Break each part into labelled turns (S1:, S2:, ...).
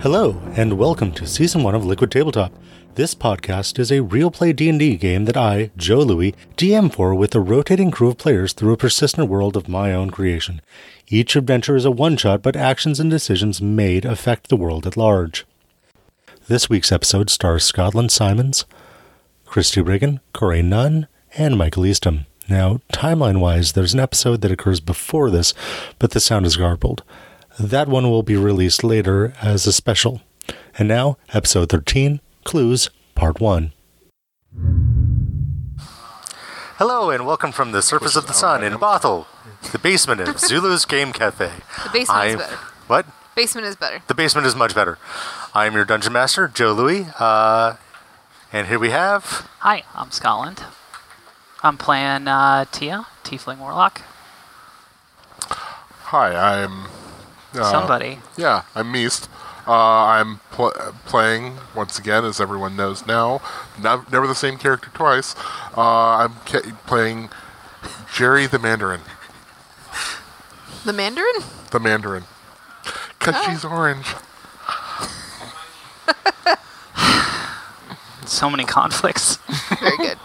S1: Hello and welcome to season 1 of Liquid Tabletop. This podcast is a real play D&D game that I, Joe Louis, DM for with a rotating crew of players through a persistent world of my own creation. Each adventure is a one-shot, but actions and decisions made affect the world at large. This week's episode stars Scotland Simons, Christy Riggin, Corey Nunn, and Michael Eastham. Now, timeline wise, there's an episode that occurs before this, but the sound is garbled. That one will be released later as a special. And now, episode 13 Clues, Part 1. Hello, and welcome from the surface of the sun in Bothell, the basement of Zulu's Game Cafe.
S2: The basement is better.
S1: What?
S2: Basement is better.
S1: The basement is much better. I am your dungeon master, Joe Louis, uh, and here we have
S3: Hi, I'm Scotland. I'm playing uh, Tia, Tiefling Warlock.
S4: Hi, I'm. Uh,
S3: Somebody.
S4: Yeah, I'm Meest. Uh, I'm pl- playing, once again, as everyone knows now, nev- never the same character twice. Uh, I'm ca- playing Jerry the Mandarin.
S2: The Mandarin?
S4: The Mandarin. Because she's orange.
S3: So many conflicts.
S2: Very good.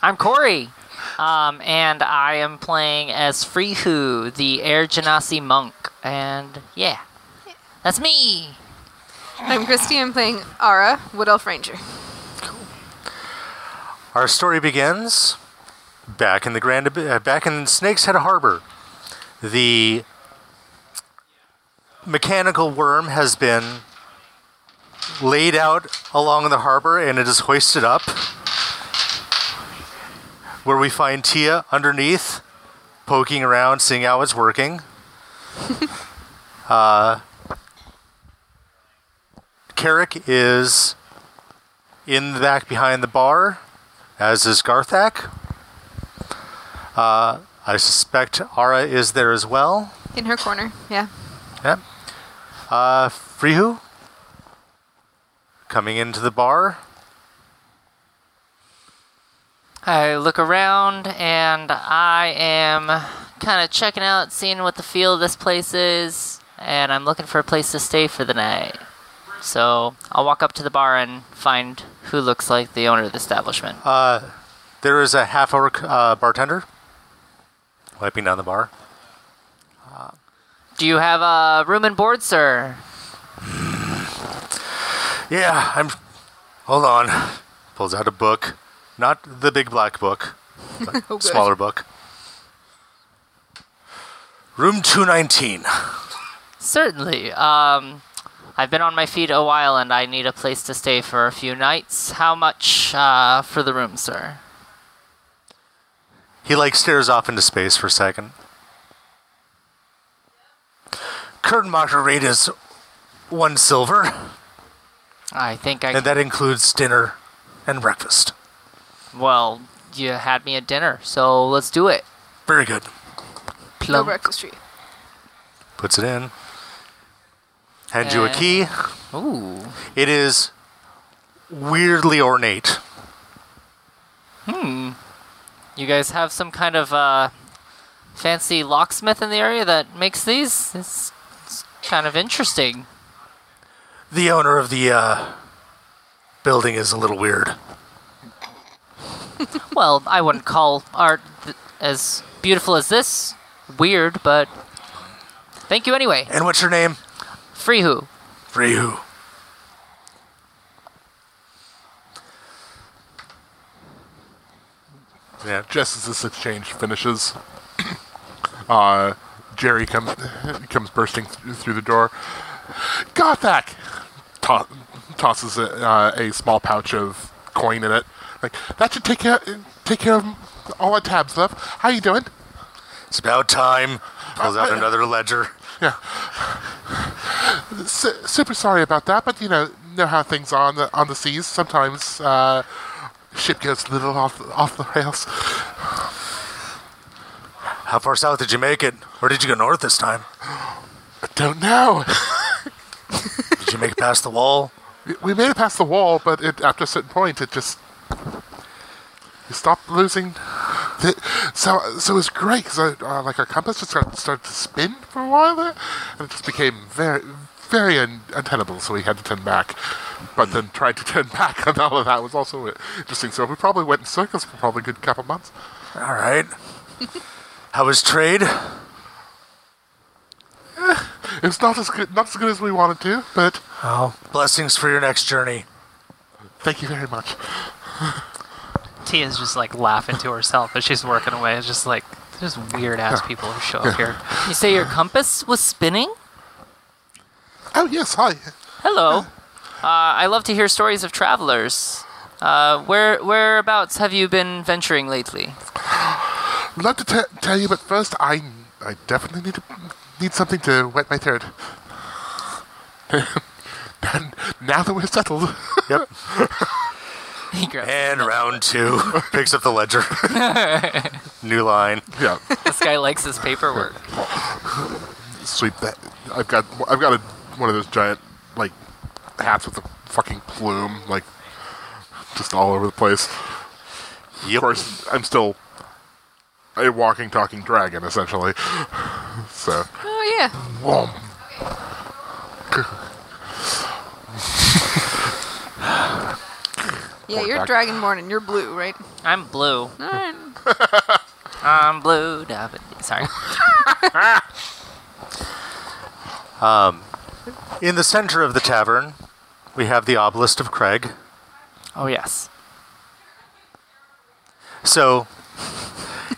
S5: I'm Corey, um, and I am playing as Freehu, the Air Genasi monk. And yeah, that's me.
S2: I'm Christy. I'm playing Ara, Wood Elf Ranger.
S1: Our story begins back in the Grand, Ab- uh, back in Snake's Head Harbor. The mechanical worm has been laid out along the harbor, and it is hoisted up, where we find Tia underneath, poking around, seeing how it's working. uh, Carrick is in the back behind the bar, as is Garthak. Uh, I suspect Ara is there as well.
S2: In her corner. Yeah.
S1: Yep. Uh, Frihu coming into the bar.
S5: I look around, and I am kind of checking out, seeing what the feel of this place is, and I'm looking for a place to stay for the night. So I'll walk up to the bar and find who looks like the owner of the establishment.
S1: There is a half orc uh, bartender wiping down the bar.
S5: Do you have a room and board, sir?
S1: Yeah, I'm. Hold on. Pulls out a book. Not the big black book, but
S2: good.
S1: smaller book. Room 219.
S5: Certainly. Um, I've been on my feet a while and I need a place to stay for a few nights. How much uh, for the room, sir?
S1: He like stares off into space for a second. Curtain margarita is one silver,
S5: I think I.
S1: and that includes dinner and breakfast.
S5: well, you had me at dinner, so let's do it.
S1: Very good.
S2: No
S5: Plunk.
S2: breakfast for you.
S1: Puts it in. Hand you a
S5: Uh,
S1: key.
S5: Ooh.
S1: It is weirdly ornate.
S5: You guys have some kind of uh, fancy locksmith in the area that makes these? It's, it's kind of interesting.
S1: The owner of the uh, building is a little weird.
S5: Well, I wouldn't call art th- as beautiful as this weird, but thank you anyway.
S1: And what's your name?
S5: Freehu.
S1: Ryu. Yeah,
S4: Just as this exchange finishes, uh, Jerry comes comes bursting th- through the door. Gothak! To- tosses a, uh, a small pouch of coin in it. Like that should take care take care of all our tabs, love. How you doing?
S1: it's about time. Pulls out another ledger.
S4: Yeah. Su- super sorry about that, but you know know how things are on the on the seas. Sometimes uh, ship goes a little off off the rails.
S1: How far south did you make it? Or did you go north this time?
S4: I don't know.
S1: Did you make it past the wall?
S4: We made it past the wall, but it, after a certain point, it just you stopped losing. The, so so it was great because uh, like our compass just got started to spin for a while there, and it just became very very un- untenable, so we had to turn back. But then tried to turn back, and all of that was also interesting. So we probably went in circles for probably a good couple months.
S1: All right. How was trade?
S4: It was not as good, not as good as we wanted to, but
S1: Oh, blessings for your next journey.
S4: thank you very much.
S6: Tia's just like laughing to herself as she's working away. It's just like there's weird ass people who show up here.
S5: You say your compass was spinning?
S4: Oh yes, hi.
S5: Hello. Uh, I love to hear stories of travelers. Uh, where whereabouts have you been venturing lately?
S4: I'd love to t- tell you, but first I I definitely need to need something to wet my throat. and now that we're settled,
S1: Yep.
S5: He grabs-
S1: And round two picks up the ledger. New line.
S4: yeah,
S5: this guy likes his paperwork.
S4: sweep that. I've got I've got a, one of those giant like hats with a fucking plume, like just all over the place. Of
S1: Yep.
S4: course, I'm still a walking, talking dragon, essentially. So,
S2: Oh yeah.
S4: Whoom.
S2: Yeah, you're
S4: back.
S2: dragonborn and you're blue, right?
S5: I'm blue.
S2: All right.
S5: I'm blue. David. Sorry.
S1: In the center of the tavern, we have the obelisk of Craig.
S5: Oh yes.
S1: So,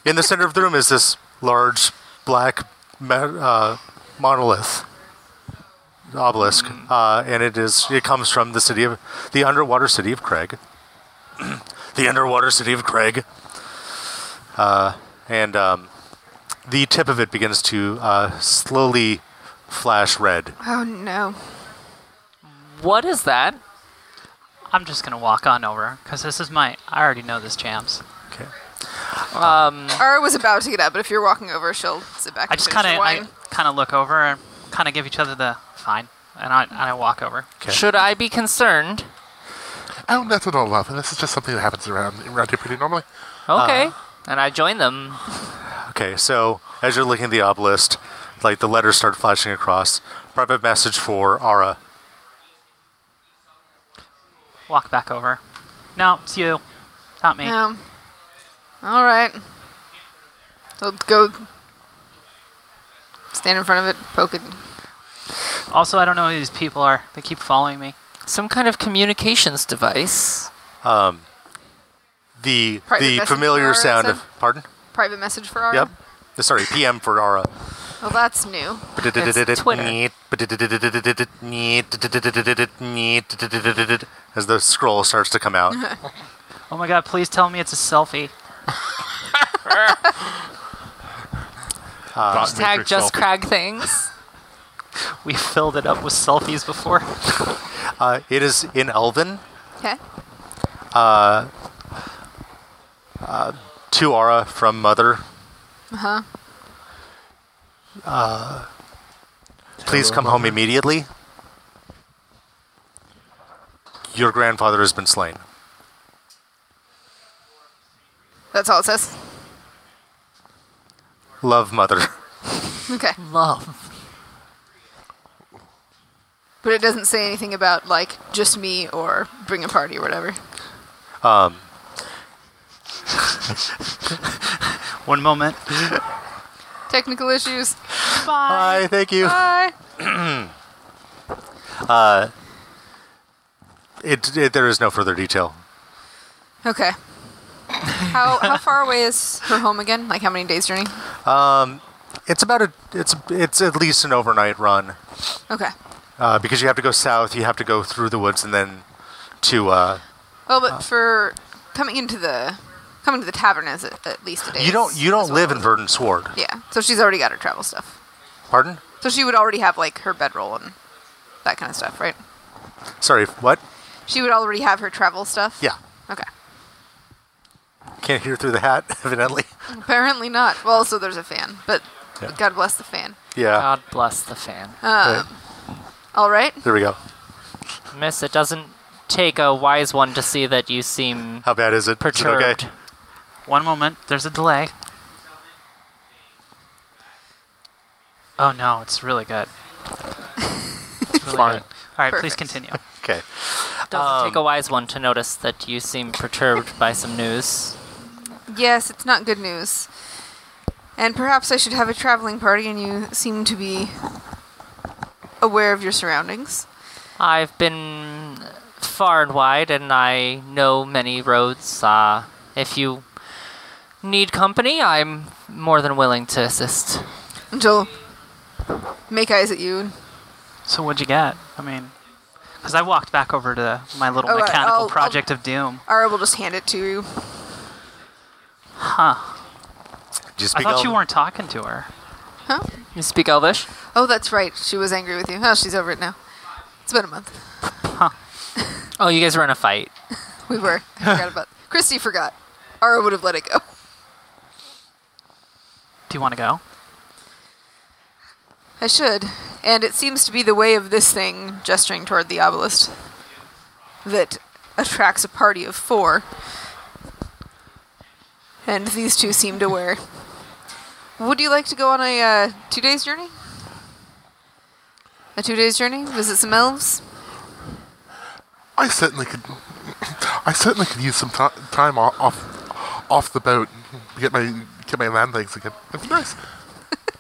S1: in the center of the room is this large black ma- uh, monolith obelisk, uh, and it is it comes from the city of the underwater city of Craig, the underwater city of Craig, uh, and um, the tip of it begins to uh, slowly flash red.
S2: Oh no.
S5: What is that?
S6: I'm just gonna walk on over because this is my. I already know this, champs.
S1: Okay.
S2: Ara was about to get up, but if you're walking over, she'll sit back.
S6: I
S2: and
S6: just
S2: finish
S6: kind
S2: her
S6: of I
S2: wine.
S6: kind of look over and kind of give each other the fine, and I and I walk over.
S1: Okay.
S5: Should I be concerned?
S4: oh, that's not all love. This is just something that happens around around here pretty normally.
S5: Okay. and I join them.
S1: Okay, so as you're looking at the obelisk, like the letters start flashing across. Private message for Ara.
S6: Walk back over. No, it's you, not me.
S2: Um. All right. We'll go. Stand in front of it. Poke it.
S6: Also, I don't know who these people are. They keep following me.
S5: Some kind of communications device.
S1: the
S2: Private
S1: the
S2: message
S1: familiar
S2: for Ara,
S1: sound
S2: you
S1: of
S2: said?
S1: pardon.
S2: Private message for Ara.
S1: Yep. Sorry, PM for Ara.
S2: Well, that's new.
S5: It's Twitter.
S1: As the scroll starts to come out,
S6: Oh my god! Please tell me it's a selfie.
S4: Dot
S5: Tag
S4: matrix
S5: just
S4: selfie.
S5: crag things.
S6: We filled it up with selfies before.
S1: uh, it is in Elven
S2: Okay.
S1: to Ara from Mother. Uh-huh. please come home immediately. Your grandfather has been slain.
S2: That's all it says.
S1: Love, mother.
S2: Okay.
S5: Love.
S2: But it doesn't say anything about like just me or bring a party or whatever.
S6: One moment.
S2: Technical issues.
S1: Hi, thank you.
S2: Bye.
S1: It, it, there is no further detail.
S2: Okay. How how far away is her home again? Like how many days journey?
S1: It's about a. It's it's at least an overnight run
S2: Okay.
S1: uh, because you have to go south. You have to go through the woods and then to. Uh,
S2: Well, but for coming into the coming to the tavern is at, at least a day.
S1: you don't you
S2: as
S1: don't
S2: well.
S1: live in Verdant Sward.
S2: Yeah. So she's already got her travel stuff.
S1: Pardon?
S2: So she would already have like her bedroll and that kind of stuff, right?
S1: Sorry, what?
S2: She would already have her travel stuff.
S1: Yeah,
S2: Okay.
S1: can't hear through the hat evidently.
S2: Apparently not. Well, so there's a fan, but
S1: Yeah.
S2: God bless the fan.
S3: Uh,
S2: Um,
S1: Yeah,
S5: God bless the fan.
S1: right.
S2: All right.
S1: there we go.
S5: Miss, it doesn't take a wise one to see that you seem
S1: How bad is it? Is it okay?
S5: perturbed.
S6: One moment. There's a delay. Oh no! It's really good. It's
S3: really
S4: fine.
S3: good. All right, please
S2: Perfect.
S3: continue.
S1: Okay.
S5: Doesn't take a wise one to notice that you seem perturbed by some news.
S2: Yes, it's not good news. And perhaps I should have a traveling party, and you seem to be aware of your surroundings.
S5: I've been far and wide, and I know many roads. Uh, if you need company, I'm more than willing to assist.
S2: And she'll make eyes at you.
S3: So what'd you get? I mean, because I walked back over to my little
S2: Oh, I-
S3: mechanical
S2: I'll- I'll-
S3: project of doom.
S2: Ara will just hand it to you.
S1: Do you
S3: I
S1: speak
S3: thought you
S1: Elven?
S3: weren't talking to her.
S2: Huh?
S5: You speak Elvish?
S2: Oh, that's right. She was angry with you. Oh, she's over it now. It's been a month.
S5: Oh, you guys were in a fight.
S2: We were. I forgot about. Christy forgot. Ara would have let it go.
S3: Do you want to go?
S2: I should. And it seems to be the way of this thing, gesturing toward the obelisk, that attracts a party of four. And these two seemed aware. Would you like to go on a uh, two days journey? A two days journey? Visit some elves?
S4: I certainly could. I certainly could use some ti time o- off off the boat to get my get my landings again. It'd be nice.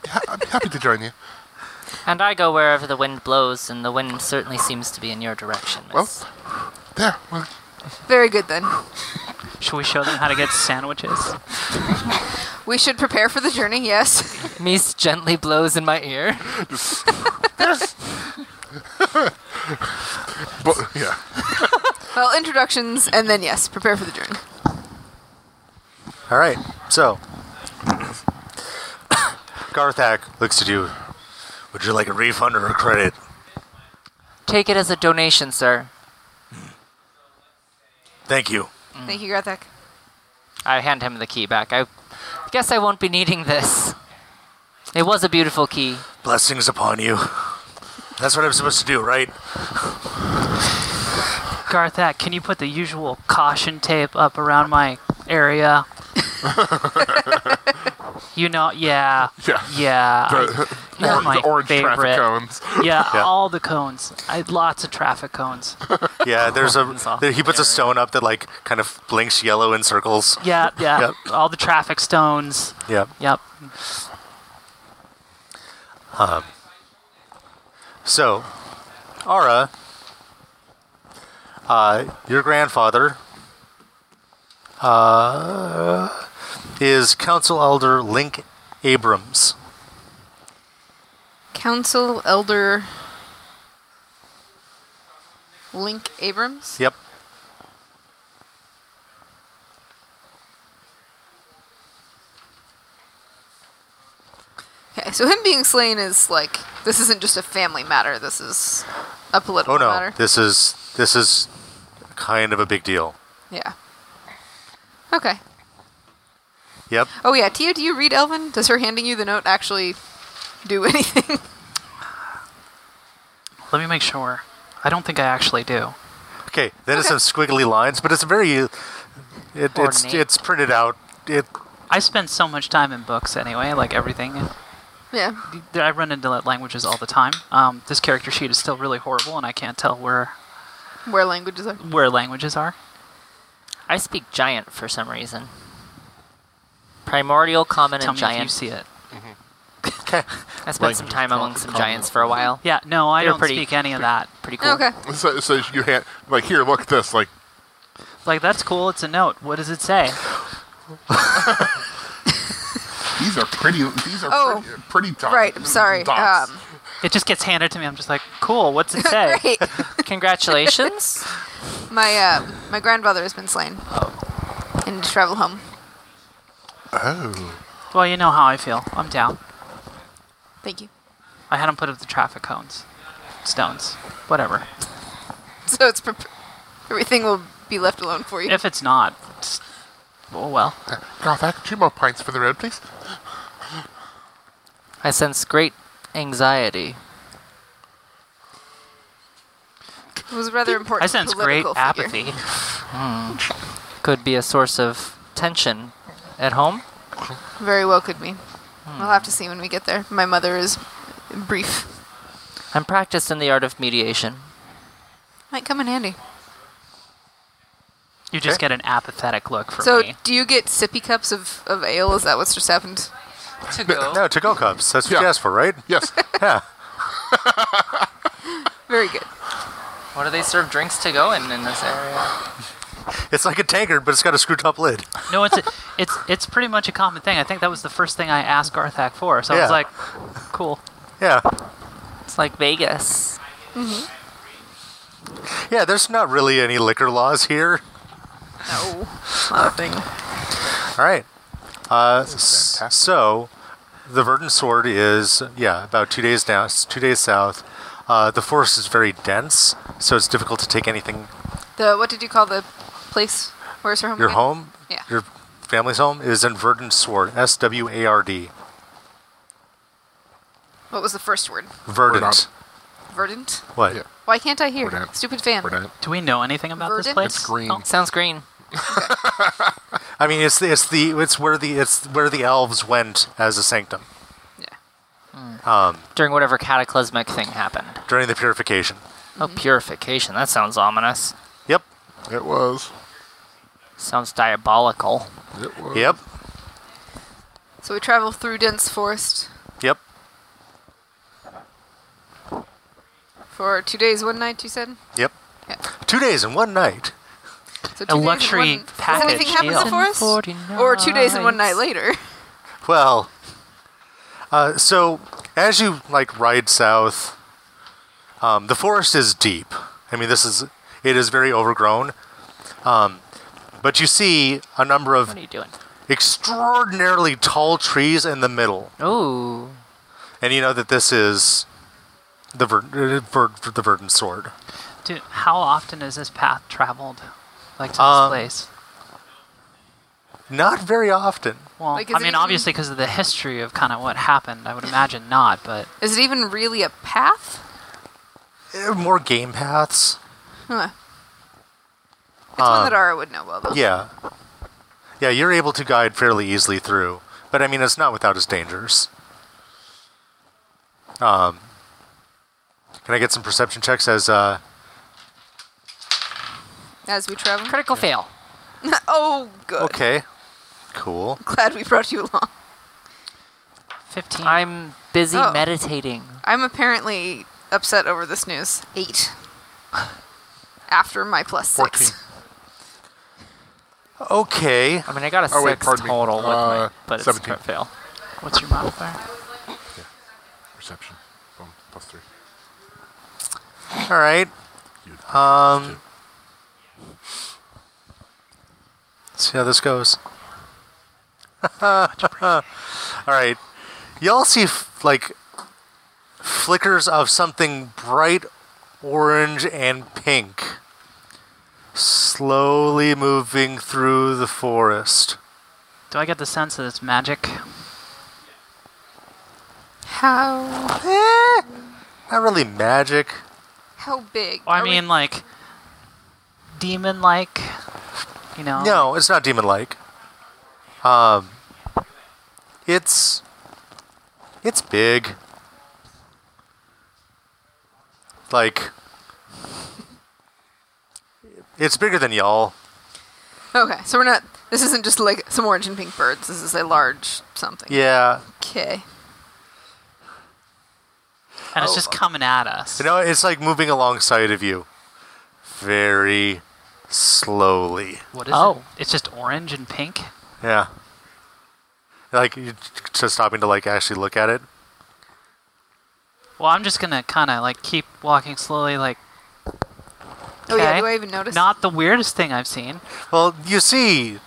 S4: Ha- I'd be happy to join you.
S5: And I go wherever the wind blows, and the wind certainly seems to be in your direction.
S4: Well,
S5: miss.
S4: there. Well,
S2: Very good then.
S3: Should we show them how to get sandwiches?
S2: We should prepare for the journey, yes.
S5: Meese gently blows in my ear.
S4: but yeah.
S2: well, introductions, and then yes, prepare for the journey.
S1: All right. So, Garthak looks at you. Would you like a refund or a credit?
S5: Take it as a donation, sir.
S1: Thank you.
S2: Thank you, Grathak.
S5: I hand him the key back. I guess I won't be needing this. It was a beautiful key.
S1: Blessings upon you. That's what I'm supposed to do, right?
S3: Garthak, can you put the usual caution tape up around my area? you know, yeah,
S4: Yeah.
S3: yeah,
S4: The,
S3: That's
S4: or-
S3: my
S4: the orange
S3: favorite.
S4: traffic cones.
S3: yeah,
S1: Yeah.
S3: all the cones. I lots of traffic cones.
S1: Yeah, there's
S5: It's
S1: a
S5: all
S1: there, he puts a
S5: scary.
S1: stone up that like kind of blinks yellow in circles.
S3: Yeah, yeah,
S1: Yep.
S3: all the traffic stones.
S1: Yeah.
S3: Yep.
S1: So, Ara, uh, your grandfather uh, is Council Elder Link Abrams.
S2: Council Elder Link Abrams?
S1: Yep.
S2: Okay, so him being slain is like this isn't just a family matter. This is a political
S1: Oh no,
S2: matter.
S1: this is this is kind of a big deal.
S2: yeah. Okay.
S1: Yep.
S2: Oh yeah, Tia, do you read Elvin? Does her handing you the note actually do anything?
S3: Let me make sure. I don't think I actually do.
S1: Okay. Then it's some
S2: Okay.
S1: squiggly lines, but it's very it, it's
S5: Ornate.
S1: it's printed out. It
S3: I spend so much time in books anyway, like everything.
S2: yeah.
S3: I run into languages all the time. Um, this character sheet is still really horrible, and I can't tell where
S2: Where languages are.
S3: where languages are.
S5: I speak giant for some reason. Primordial, common,
S3: Tell
S5: and
S3: me if you
S5: giant.
S3: see it.
S5: I spent some time among some giants for a while.
S3: Yeah, no, I
S5: They're
S3: don't
S5: pretty-
S3: speak any of that.
S5: Pretty cool.
S2: Okay.
S4: So, so you hand like here, look at this. Like
S3: Like that's cool. It's a note. What does it say?
S4: these are pretty. These are
S2: Oh,
S4: pretty, pretty dots.
S2: Right, I'm sorry.
S4: Dots.
S2: Um
S3: It just gets handed to me. I'm just like, cool. What's it say?
S2: great.
S5: Congratulations.
S2: My uh, my grandfather has been slain. And need to travel home.
S4: oh.
S3: Well, you know how I feel. I'm down.
S2: Thank you.
S3: I had him put up the traffic cones, stones, whatever.
S2: So it's prep everything will be left alone for you.
S3: If it's not, it's- oh well.
S4: Garthak, two more pints for the road, please.
S5: I sense great anxiety.
S2: It was a rather important.
S3: I sense great
S2: political figure.
S3: apathy.
S5: Could be a source of tension at home.
S6: Hmm.
S2: Very well could be. We'll have to see when we get there. My mother is brief.
S5: I'm practiced in the art of mediation.
S2: Might come in handy.
S6: You just get an apathetic look from
S2: so,
S6: me.
S2: do you get sippy cups of, of ale? Is that what's just happened?
S5: To go.
S1: No, to go cups. That's what you
S4: Yeah.
S1: asked for, right?
S4: Yes.
S1: Yeah.
S2: Very good.
S5: What do they serve drinks to go in in this area?
S1: It's like a tankard, but it's got a screw top lid.
S6: No, it's it's it's pretty much a common thing. I think that was the first thing I asked Garthak for. So I
S1: Yeah.
S6: was like, cool.
S1: Yeah.
S5: It's like Vegas.
S1: Yeah, there's not really any liquor laws here.
S2: No, not a thing.
S1: All right. Uh, s- so, the Verdant Sword is yeah about two days down, s- two days south. Uh, the forest is very dense, so it's difficult to take anything.
S2: The what did you call the place? Where's her home?
S1: Your
S2: again?
S1: home,
S2: Mm-hmm. Yeah.
S1: your family's home, is in Verdant Sword. S W A R D.
S2: What was the first word?
S1: Verdant.
S4: not-
S2: Verdant.
S1: What?
S4: Yeah.
S2: Why can't I hear?
S4: Verdant.
S2: Stupid fan.
S4: We're not-
S6: Do we know anything about this
S2: Verdant?
S6: place?
S4: It's green.
S6: Oh,
S5: Sounds green.
S1: I mean, it's the, it's the it's where the it's where the elves went as a sanctum
S2: Yeah.
S5: During whatever cataclysmic thing happened.
S1: during the purification.
S5: Oh,
S2: Mm-hmm.
S5: purification. That sounds ominous.
S1: Yep.
S4: It was.
S5: Sounds diabolical.
S4: It was.
S1: Yep.
S2: So we travel through dense forest
S1: Yep.
S2: for two days, one night. You said.
S1: Yep.
S2: Yeah.
S1: Two days and one night.
S2: So
S6: A luxury
S2: Does
S6: package
S2: anything happen in
S6: deal.
S2: the forest? Or two days and one night later.
S1: Well, uh, so as you like ride south, um, the forest is deep. I mean, this is it is very overgrown, um, but you see a number
S5: What
S1: of
S5: are you doing?
S1: extraordinarily tall trees in the middle,
S5: Ooh.
S1: and you know that this is the ver- uh, ver- the verdant sword.
S6: Do, how often is this path traveled, like to this
S1: Um,
S6: place?
S1: Not very often.
S6: Well,
S2: Like, is
S6: I
S2: it
S6: mean,
S2: even-
S6: obviously because of the history of kind of what happened, I would imagine not. But
S2: Is it even really a path?
S1: Uh, More game paths.
S2: Huh. It's one that Ara would know well, though.
S1: Uh, Yeah. Yeah, you're able to guide fairly easily through, but I mean, it's not without its dangers. Um, can I get some perception checks as uh,
S2: As we travel.
S5: Critical fail.
S2: Oh, good.
S1: okay, cool.
S2: Glad we brought you along.
S6: fifteen.
S5: I'm busy
S2: Oh.
S5: meditating.
S2: I'm apparently upset over this news. Eight. After my plus six.
S1: Okay,
S5: I mean, I got a
S4: Oh, wait,
S5: six
S4: pardon me.
S5: total, with my,
S4: Uh,
S5: but it's
S4: 17.
S5: a fail.
S6: What's your modifier?
S4: Perception. Boom. Plus three.
S1: all right.
S4: You-
S1: Um, let's see how this goes. all right, y'all see f- like flickers of something bright orange and pink slowly moving through the forest.
S6: Do I get the sense that it's magic?
S2: How
S1: Eh, not really magic.
S2: how big?
S6: Or, I
S2: Are we-
S6: mean, like demon-like. You know.
S1: No, it's not demon like. Um, it's it's big. Like it's bigger than y'all.
S2: okay, so we're not. This isn't just like some orange and pink birds. This is a large something.
S1: Yeah.
S2: Okay.
S6: And it's just coming at us.
S1: Oh. You know, it's like moving alongside of you. Very slowly.
S6: What is
S5: Oh.
S6: it? It's just orange and pink.
S1: Yeah. Like you just stopping to like actually look at it.
S6: Well, I'm just gonna kind of like keep walking slowly, like
S2: Oh yeah.
S5: Okay.
S2: Do I even notice?
S6: not the weirdest thing I've seen.
S1: Well, you see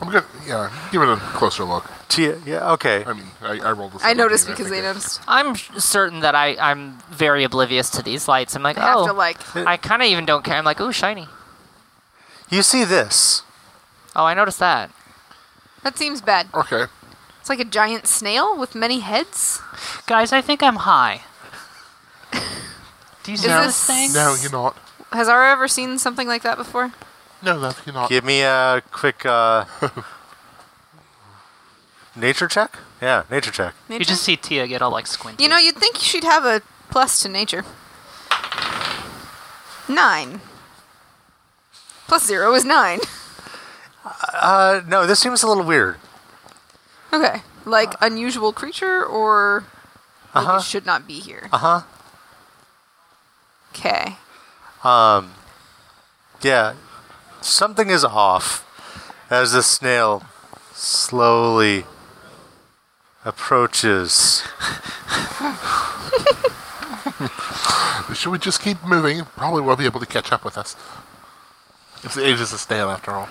S4: I'm gonna yeah, give it a closer look.
S1: T- yeah, okay.
S4: I mean, I, I rolled this.
S2: I noticed because they noticed.
S5: I'm sh- certain that I, I'm very oblivious to these lights. I'm like,
S2: I have
S5: oh,
S2: to like.
S5: I kind of even don't care. I'm like, ooh, shiny.
S1: You see this.
S5: Oh, I noticed that.
S2: That seems bad.
S4: Okay.
S2: It's like a giant snail with many heads.
S6: Guys, I think I'm high. Do you see
S2: Is
S6: this
S2: this-
S6: thing?
S4: No, you're not.
S2: Has Ara ever seen something like that before?
S4: No, that's you're not.
S1: Give me a quick uh, nature check. Yeah, nature check.
S2: Nature?
S6: You just see Tia get all like squinty.
S2: You know, you'd think she'd have a plus to nature. Nine. Plus zero is nine.
S1: Uh, no, this seems a little weird.
S2: Okay. Like unusual creature or like, it should not be here.
S1: Uh huh.
S2: Okay.
S1: Yeah, something is off as the snail slowly approaches.
S4: Should we just keep moving? Probably won't be able to catch up with us. It's the age is a snail, after all.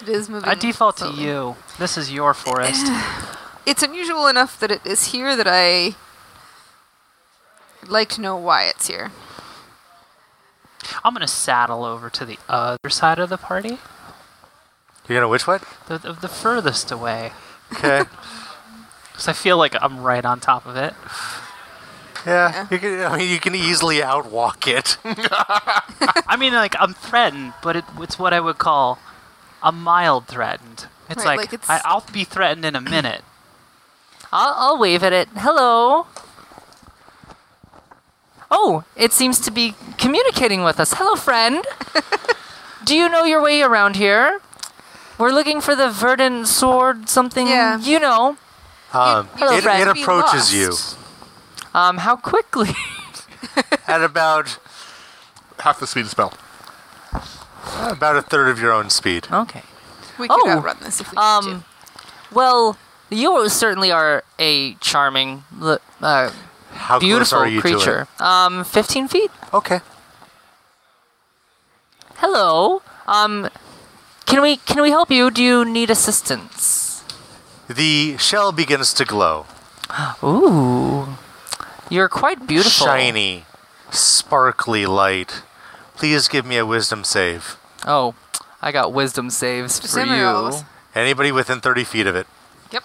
S2: It is moving.
S6: I default to
S2: slowly.
S6: you. This is your forest.
S2: It's unusual enough that it is here that I would like to know why it's here.
S6: I'm gonna saddle over to the other side of the party,
S1: You're gonna which what?
S6: the the, the furthest away,
S1: Okay.
S6: because I feel like I'm right on top of it.
S1: Yeah, you can. I mean, you can easily outwalk it.
S6: I mean, like I'm threatened, but it, it's what I would call a mild threatened. It's
S2: Right,
S6: like,
S2: like it's-
S6: I, I'll be threatened in a minute.
S5: I'll, I'll wave at it. Hello. Oh, it seems to be communicating with us. Hello, friend. Do you know your way around here? We're looking for the verdant sword, something.
S2: Yeah.
S5: You know.
S1: Um,
S2: you
S1: it,
S5: should
S1: it
S2: be
S1: approaches
S2: lost.
S1: you
S5: Um, how quickly?
S1: at about
S4: Half the speed of spell.
S1: about a third of your own speed.
S5: okay.
S2: We could
S5: Oh,
S2: outrun this if we need
S5: Um,
S2: to.
S5: well, you certainly are a charming, li- uh,
S1: How close
S5: beautiful
S1: are you
S5: creature. Um, 15 feet.
S1: to it? Okay.
S5: Hello. Um, can we can we help you? Do you need assistance?
S1: The shell begins to glow,
S5: Ooh, you're quite beautiful.
S1: shiny, sparkly light. Please give me a wisdom save.
S5: Oh, I got wisdom saves
S2: Just
S5: for
S2: send me all of
S5: you.
S2: us.
S1: Anybody within 30 feet of it.
S2: Yep.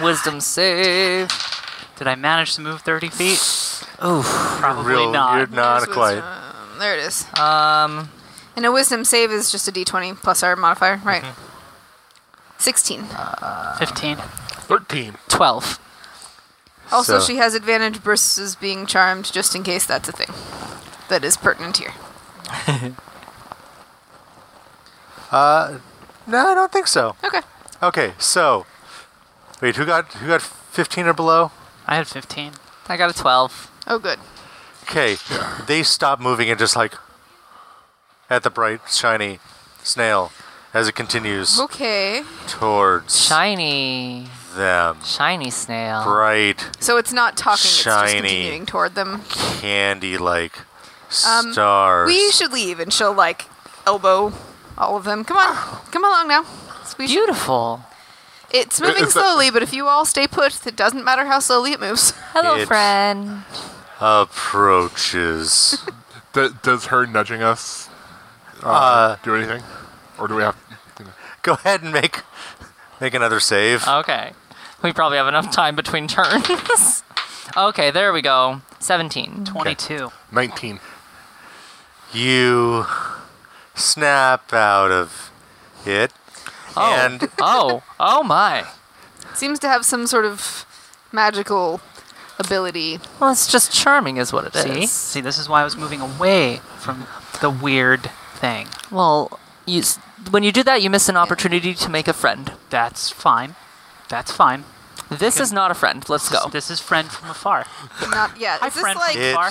S5: Wisdom save.
S6: Did I manage to move 30 feet?
S5: Oof.
S6: Probably
S1: Real, you're
S6: not.
S1: not
S2: There's
S1: quite.
S2: wisdom. uh, There it is.
S5: Um,
S2: And a wisdom save is just a d20 plus our modifier, right?
S1: Mm-hmm.
S2: 16.
S1: Uh,
S6: 15.
S4: 13.
S5: twelve.
S2: Also,
S1: So-
S2: she has advantage versus being charmed, just in case that's a thing that is pertinent here.
S1: No, I don't think so.
S2: Okay.
S1: Okay, so wait, who got who got 15 or below?
S6: I had 15.
S5: I got a twelve.
S2: Oh, good.
S1: Okay, they stop moving and just like at the bright shiny snail as it continues
S2: Okay.
S1: towards
S5: Shiny,
S1: them.
S5: shiny snail.
S1: Bright
S2: So it's not talking; it's
S1: Shiny.
S2: just continuing toward them.
S1: candy like
S2: Um,
S1: stars.
S2: We should leave, and she'll like elbow all of them. Come on, come along now. We should-
S5: Beautiful.
S2: It's moving
S4: Is that-
S2: slowly, but if you all stay put, it doesn't matter how slowly it moves.
S5: Hello,
S1: It's-
S5: friend.
S1: Approaches.
S4: D- does her nudging us uh, do anything? Or do we have.
S1: Go ahead and make make another save.
S5: Okay. We probably have enough time between turns. okay, there we go. 17.
S6: 22.
S4: 19.
S1: You snap out of it.
S5: Oh.
S1: And
S5: oh, oh my.
S2: Seems to have some sort of magical ability.
S5: Well, it's just charming, is what it is.
S6: See? See, this is why I was moving away from the weird thing.
S5: Well, you, s- when you do that, you miss an opportunity to make a friend.
S6: That's fine. That's fine.
S5: This
S6: Okay.
S5: is not a friend. Let's
S6: This-
S5: go.
S6: This is friend from afar.
S2: Not yeah.
S6: Hi,
S2: Is this
S6: friend.
S2: like
S1: it
S6: far.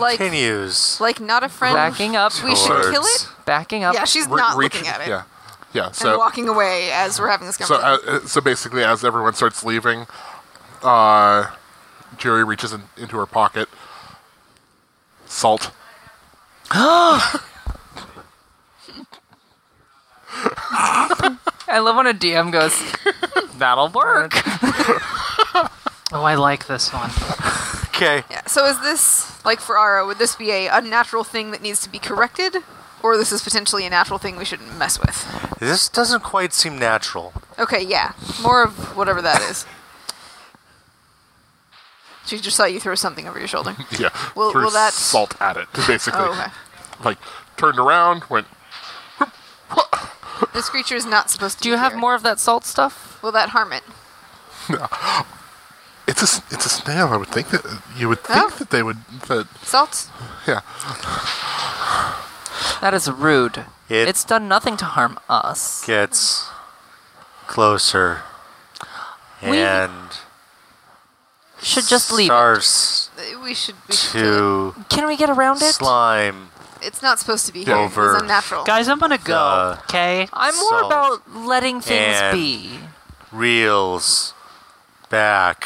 S2: Like-
S1: continues.
S2: like not a friend?
S5: Backing up.
S2: we should kill
S1: towards-
S2: it.
S5: Backing up.
S2: Yeah, she's
S4: Re-
S2: not
S4: reach-
S2: looking at it.
S4: Yeah. Yeah,
S2: and
S4: so.
S2: walking away as we're having this
S4: So,
S2: conversation.
S4: uh, uh, so basically, as everyone starts leaving, uh, Jerry reaches in, into her pocket. Salt.
S5: I love when a DM goes, that'll work.
S6: Oh, I like this one.
S1: Okay.
S2: yeah. So is this like for Ara? Would this be a unnatural thing that needs to be corrected, or this is potentially a natural thing we shouldn't mess with?
S1: This doesn't quite seem natural.
S2: Okay, yeah, more of whatever that is. She just saw you throw something over your shoulder.
S4: Yeah.
S2: Will-
S4: threw
S2: will that-
S4: salt at it, basically.
S2: Oh, okay.
S4: Like, turned around, went,
S2: This creature is not supposed to.
S5: Do you
S2: be
S5: have
S2: here.
S5: more of that salt stuff?
S2: Will that harm it?
S4: It It's a s- it's a snail. I would think that you would
S2: Oh.
S4: think that they would that
S2: Salt?
S4: yeah.
S5: That is rude.
S1: It-
S5: it's done nothing to harm us.
S1: Gets closer.
S5: We
S1: And
S5: Should just leave. it.
S1: starts
S2: Uh, We should. We should kill
S1: to
S5: Can we get around it?
S1: slime.
S2: it. It's not supposed to be here.
S4: Yeah.
S1: Over.
S2: It's unnatural.
S6: Guys, I'm gonna go.
S1: Uh,
S6: Okay.
S5: I'm more
S1: Salt.
S5: about letting things
S1: And-
S5: be.
S1: reels back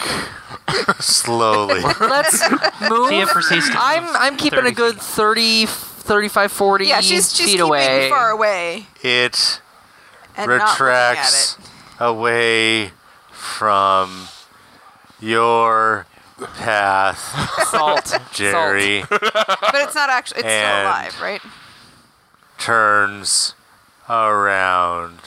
S1: slowly.
S5: Let's
S6: Tia
S5: move.
S6: proceeds to
S5: I'm
S6: move
S5: I'm keeping
S6: 30
S5: a good 30, 35, 40
S2: yeah, she's, she's
S5: feet
S2: keeping
S5: away.
S2: far away
S1: It
S2: and
S1: retracts
S2: not looking at
S1: away from your path,
S5: Salt.
S1: Jerry.
S2: it. But it's not actually. It's still
S1: And-
S2: alive, right?
S1: Turns around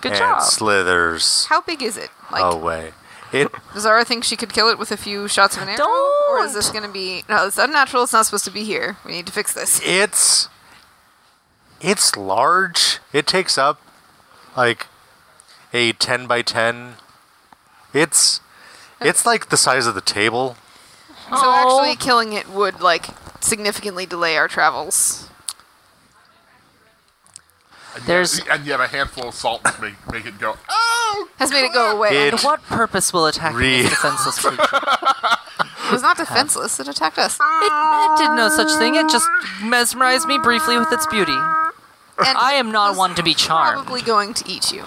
S5: Good
S1: and
S5: job.
S1: slithers
S2: How big is it? Like,
S1: away. It
S2: does Zara think she could kill it with a few shots of an arrow? Or is this
S5: Don't.
S2: going to be. No, it's unnatural. It's not supposed to be here. We need to fix this.
S1: it's it's large. It takes up like a ten by ten. It's it's like the size of the table.
S2: So
S5: Oh.
S2: actually killing it would, like, significantly delay our travels.
S4: And
S5: There's-
S4: yet, and yet a handful of salt would make make it go. "Ah!"
S2: Has made it go away.
S1: It-
S5: And what purpose will attacking
S1: Re-
S5: this defenseless creature? It,
S2: It was not defenseless. It attacked us.
S5: it did no such thing. It just mesmerized me briefly with its beauty.
S2: And
S5: I am not
S2: was
S5: one to be charmed.
S2: Probably going to eat you.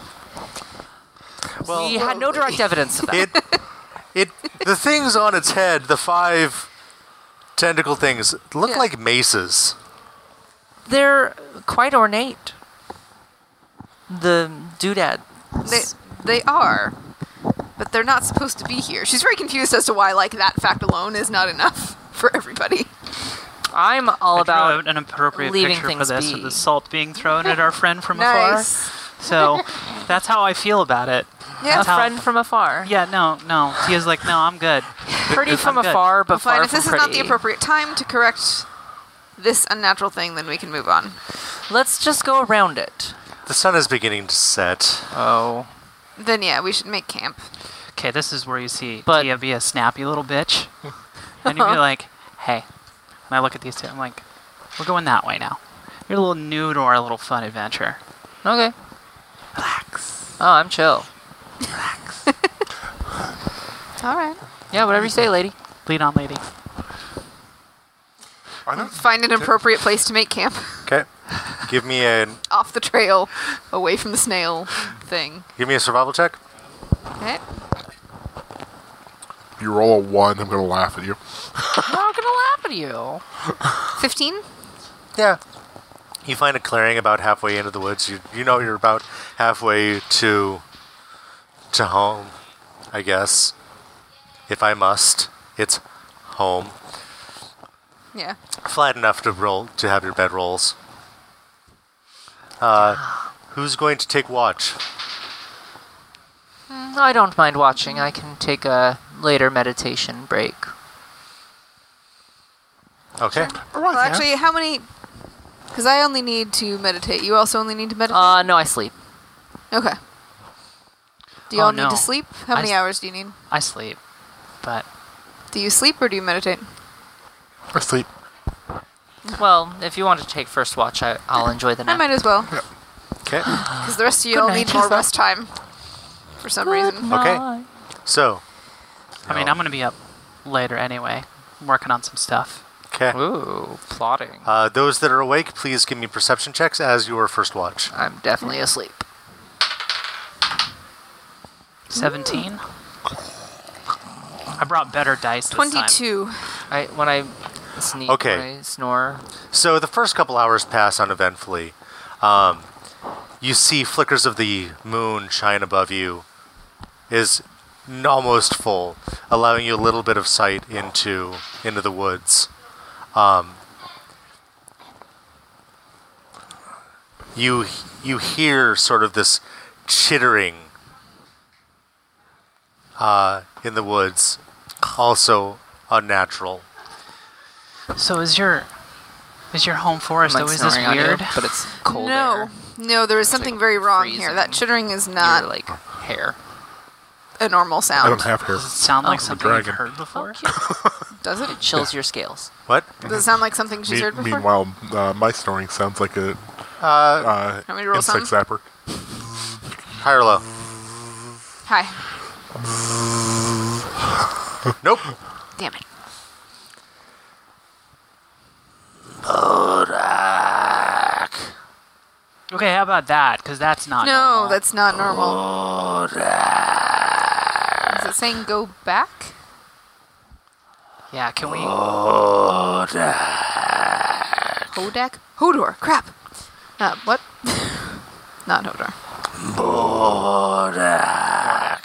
S5: we had no direct evidence of that.
S1: It it the things on its head, the five tentacle things, look
S2: Yeah.
S1: like maces.
S5: They're quite ornate. The doodad.
S2: They they are, but they're not supposed to be here. She's very confused as to why like that fact alone is not enough for everybody.
S5: I'm
S6: I
S5: all
S6: drew
S5: about
S6: out an appropriate
S5: leaving
S6: picture for
S5: things
S6: this
S5: be.
S6: of the salt being thrown at our friend from
S2: Nice.
S6: afar. So that's how I feel about it.
S5: a
S2: Yeah.
S6: That's how-
S5: friend from afar.
S6: Yeah, no, no. Tia's like, no, I'm good.
S5: pretty from
S6: I'm good.
S5: afar, but
S2: Fine.
S5: far
S2: If this is
S5: from
S2: not the
S5: pretty.
S2: appropriate time to correct this unnatural thing, then we can move on.
S5: Let's just go around it.
S1: The sun is beginning to set.
S5: Oh.
S2: Then yeah, we should make camp.
S6: Okay, this is where you see
S5: But-
S6: Tia be a snappy little bitch. and you'd be like, hey. And I look at these two, I'm like, we're going that way now. You're a little new to our little fun adventure.
S5: Okay. Relax. Oh, I'm chill.
S2: All right.
S5: Yeah, whatever you say, lady.
S6: Lead on, lady.
S4: I don't
S2: Find an appropriate place to make camp.
S1: Okay. Give me a
S2: Off the trail, away from the snail thing.
S1: give me a survival check.
S2: Okay.
S4: You roll a one, I'm gonna laugh at you.
S5: I'm not gonna laugh at you.
S2: Fifteen.
S1: Yeah. You find a clearing about halfway into the woods. You you know you're about halfway to to home, I guess. If I must, it's home.
S2: Yeah.
S1: flat enough to roll to have your bed rolls. Uh, who's going to take watch?
S5: Mm, I don't mind watching. I can take a later meditation break.
S1: Okay.
S2: Well, actually, how many? Because I only need to meditate. You also only need to meditate.
S5: Uh, no, I sleep.
S2: okay. Do you
S6: Oh,
S2: all need
S6: no.
S2: to sleep? How
S6: I
S2: many
S6: s-
S2: hours do you need?
S6: I sleep. But
S2: Do you sleep or do you meditate?
S4: I sleep.
S5: Well, if you want to take first watch, I, I'll enjoy the
S2: I might
S5: nap.
S2: as well,
S1: Okay.
S2: because the rest of you
S5: Good
S2: all
S5: night.
S2: need more rest time. For some reason,
S1: Okay. So.
S6: I mean, I'm going to be up later anyway, working on some stuff.
S1: Okay.
S5: Ooh, plotting.
S1: Uh, those that are awake, please give me perception checks as your first watch.
S5: I'm definitely asleep.
S6: 17. I brought better dice this time.
S2: twenty-two.
S5: I when I sneak,
S1: Okay.
S5: when I snore.
S1: So the first couple hours pass uneventfully. Um, you see flickers of the moon shine above you, is n- almost full, allowing you a little bit of sight into into the woods. Um, you you hear sort of this chittering uh, in the woods, also unnatural.
S6: So is your is your home forest
S5: I'm, like,
S6: always this
S5: snoring on you,
S6: weird?
S5: but it's cold
S2: No,
S5: air.
S2: no, there is something
S5: like
S2: very wrong here.
S5: freezing.
S2: That chittering is
S5: Your,
S2: not.
S5: like hair.
S2: a normal sound.
S4: I don't have hair.
S3: Does it sound like
S4: a
S3: something you've
S4: dragon.
S3: heard
S2: Oh,
S3: before?
S2: Does it?
S5: Chills your scales.
S1: What?
S2: Does it sound like something she's
S4: Me-
S2: heard before?
S4: meanwhile, uh, my snoring sounds like a uh,
S2: Want me to roll
S4: insect
S2: some?
S4: zapper.
S1: High or low?
S2: Hi.
S1: Nope.
S2: Damn it.
S3: Okay, how about that? Because that's not.
S2: No,
S3: normal.
S2: that's not normal. Is it saying go back?
S3: Yeah, can we?
S5: Oh,
S2: Hodak? Hodor. Crap. Uh, what? not Hodor.
S4: Bojack.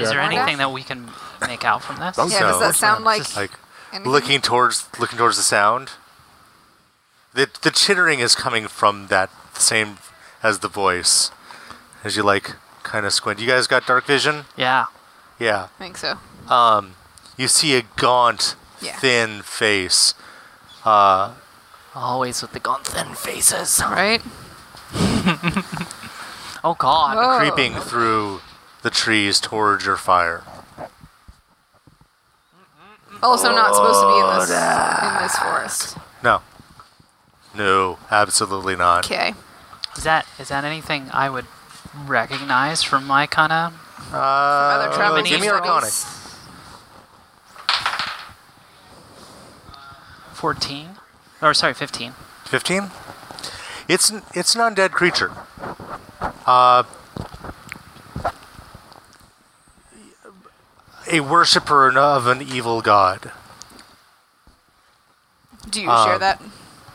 S3: Is there
S2: any-
S3: anything that we can make out from this?
S1: Those-
S2: Yeah, does
S1: So-
S2: that sound like
S3: Just-
S1: Like
S2: anything?
S1: looking towards looking towards the sound. The the chittering is coming from that same as the voice. As you like kind of squint. You guys got dark vision?
S3: Yeah.
S1: Yeah.
S2: I think so.
S1: You see a gaunt,
S2: Yeah.
S1: thin face.
S5: Always with the gaunt thin faces.
S2: Right?
S3: Oh God.
S2: Oh.
S1: creeping through the trees towards your fire.
S2: Also not supposed to be in this
S3: Oh,
S2: in this forest.
S1: No. No, absolutely not.
S2: Okay.
S3: Is that is that anything I would recognize from my kind of? Uh,
S2: Other traveling
S1: give me
S2: circles.
S1: Arconic.
S3: Fourteen? Or sorry, fifteen.
S1: 15? It's an, it's an undead creature. Uh, a worshiper of an evil god.
S2: Do you
S3: Um,
S2: share that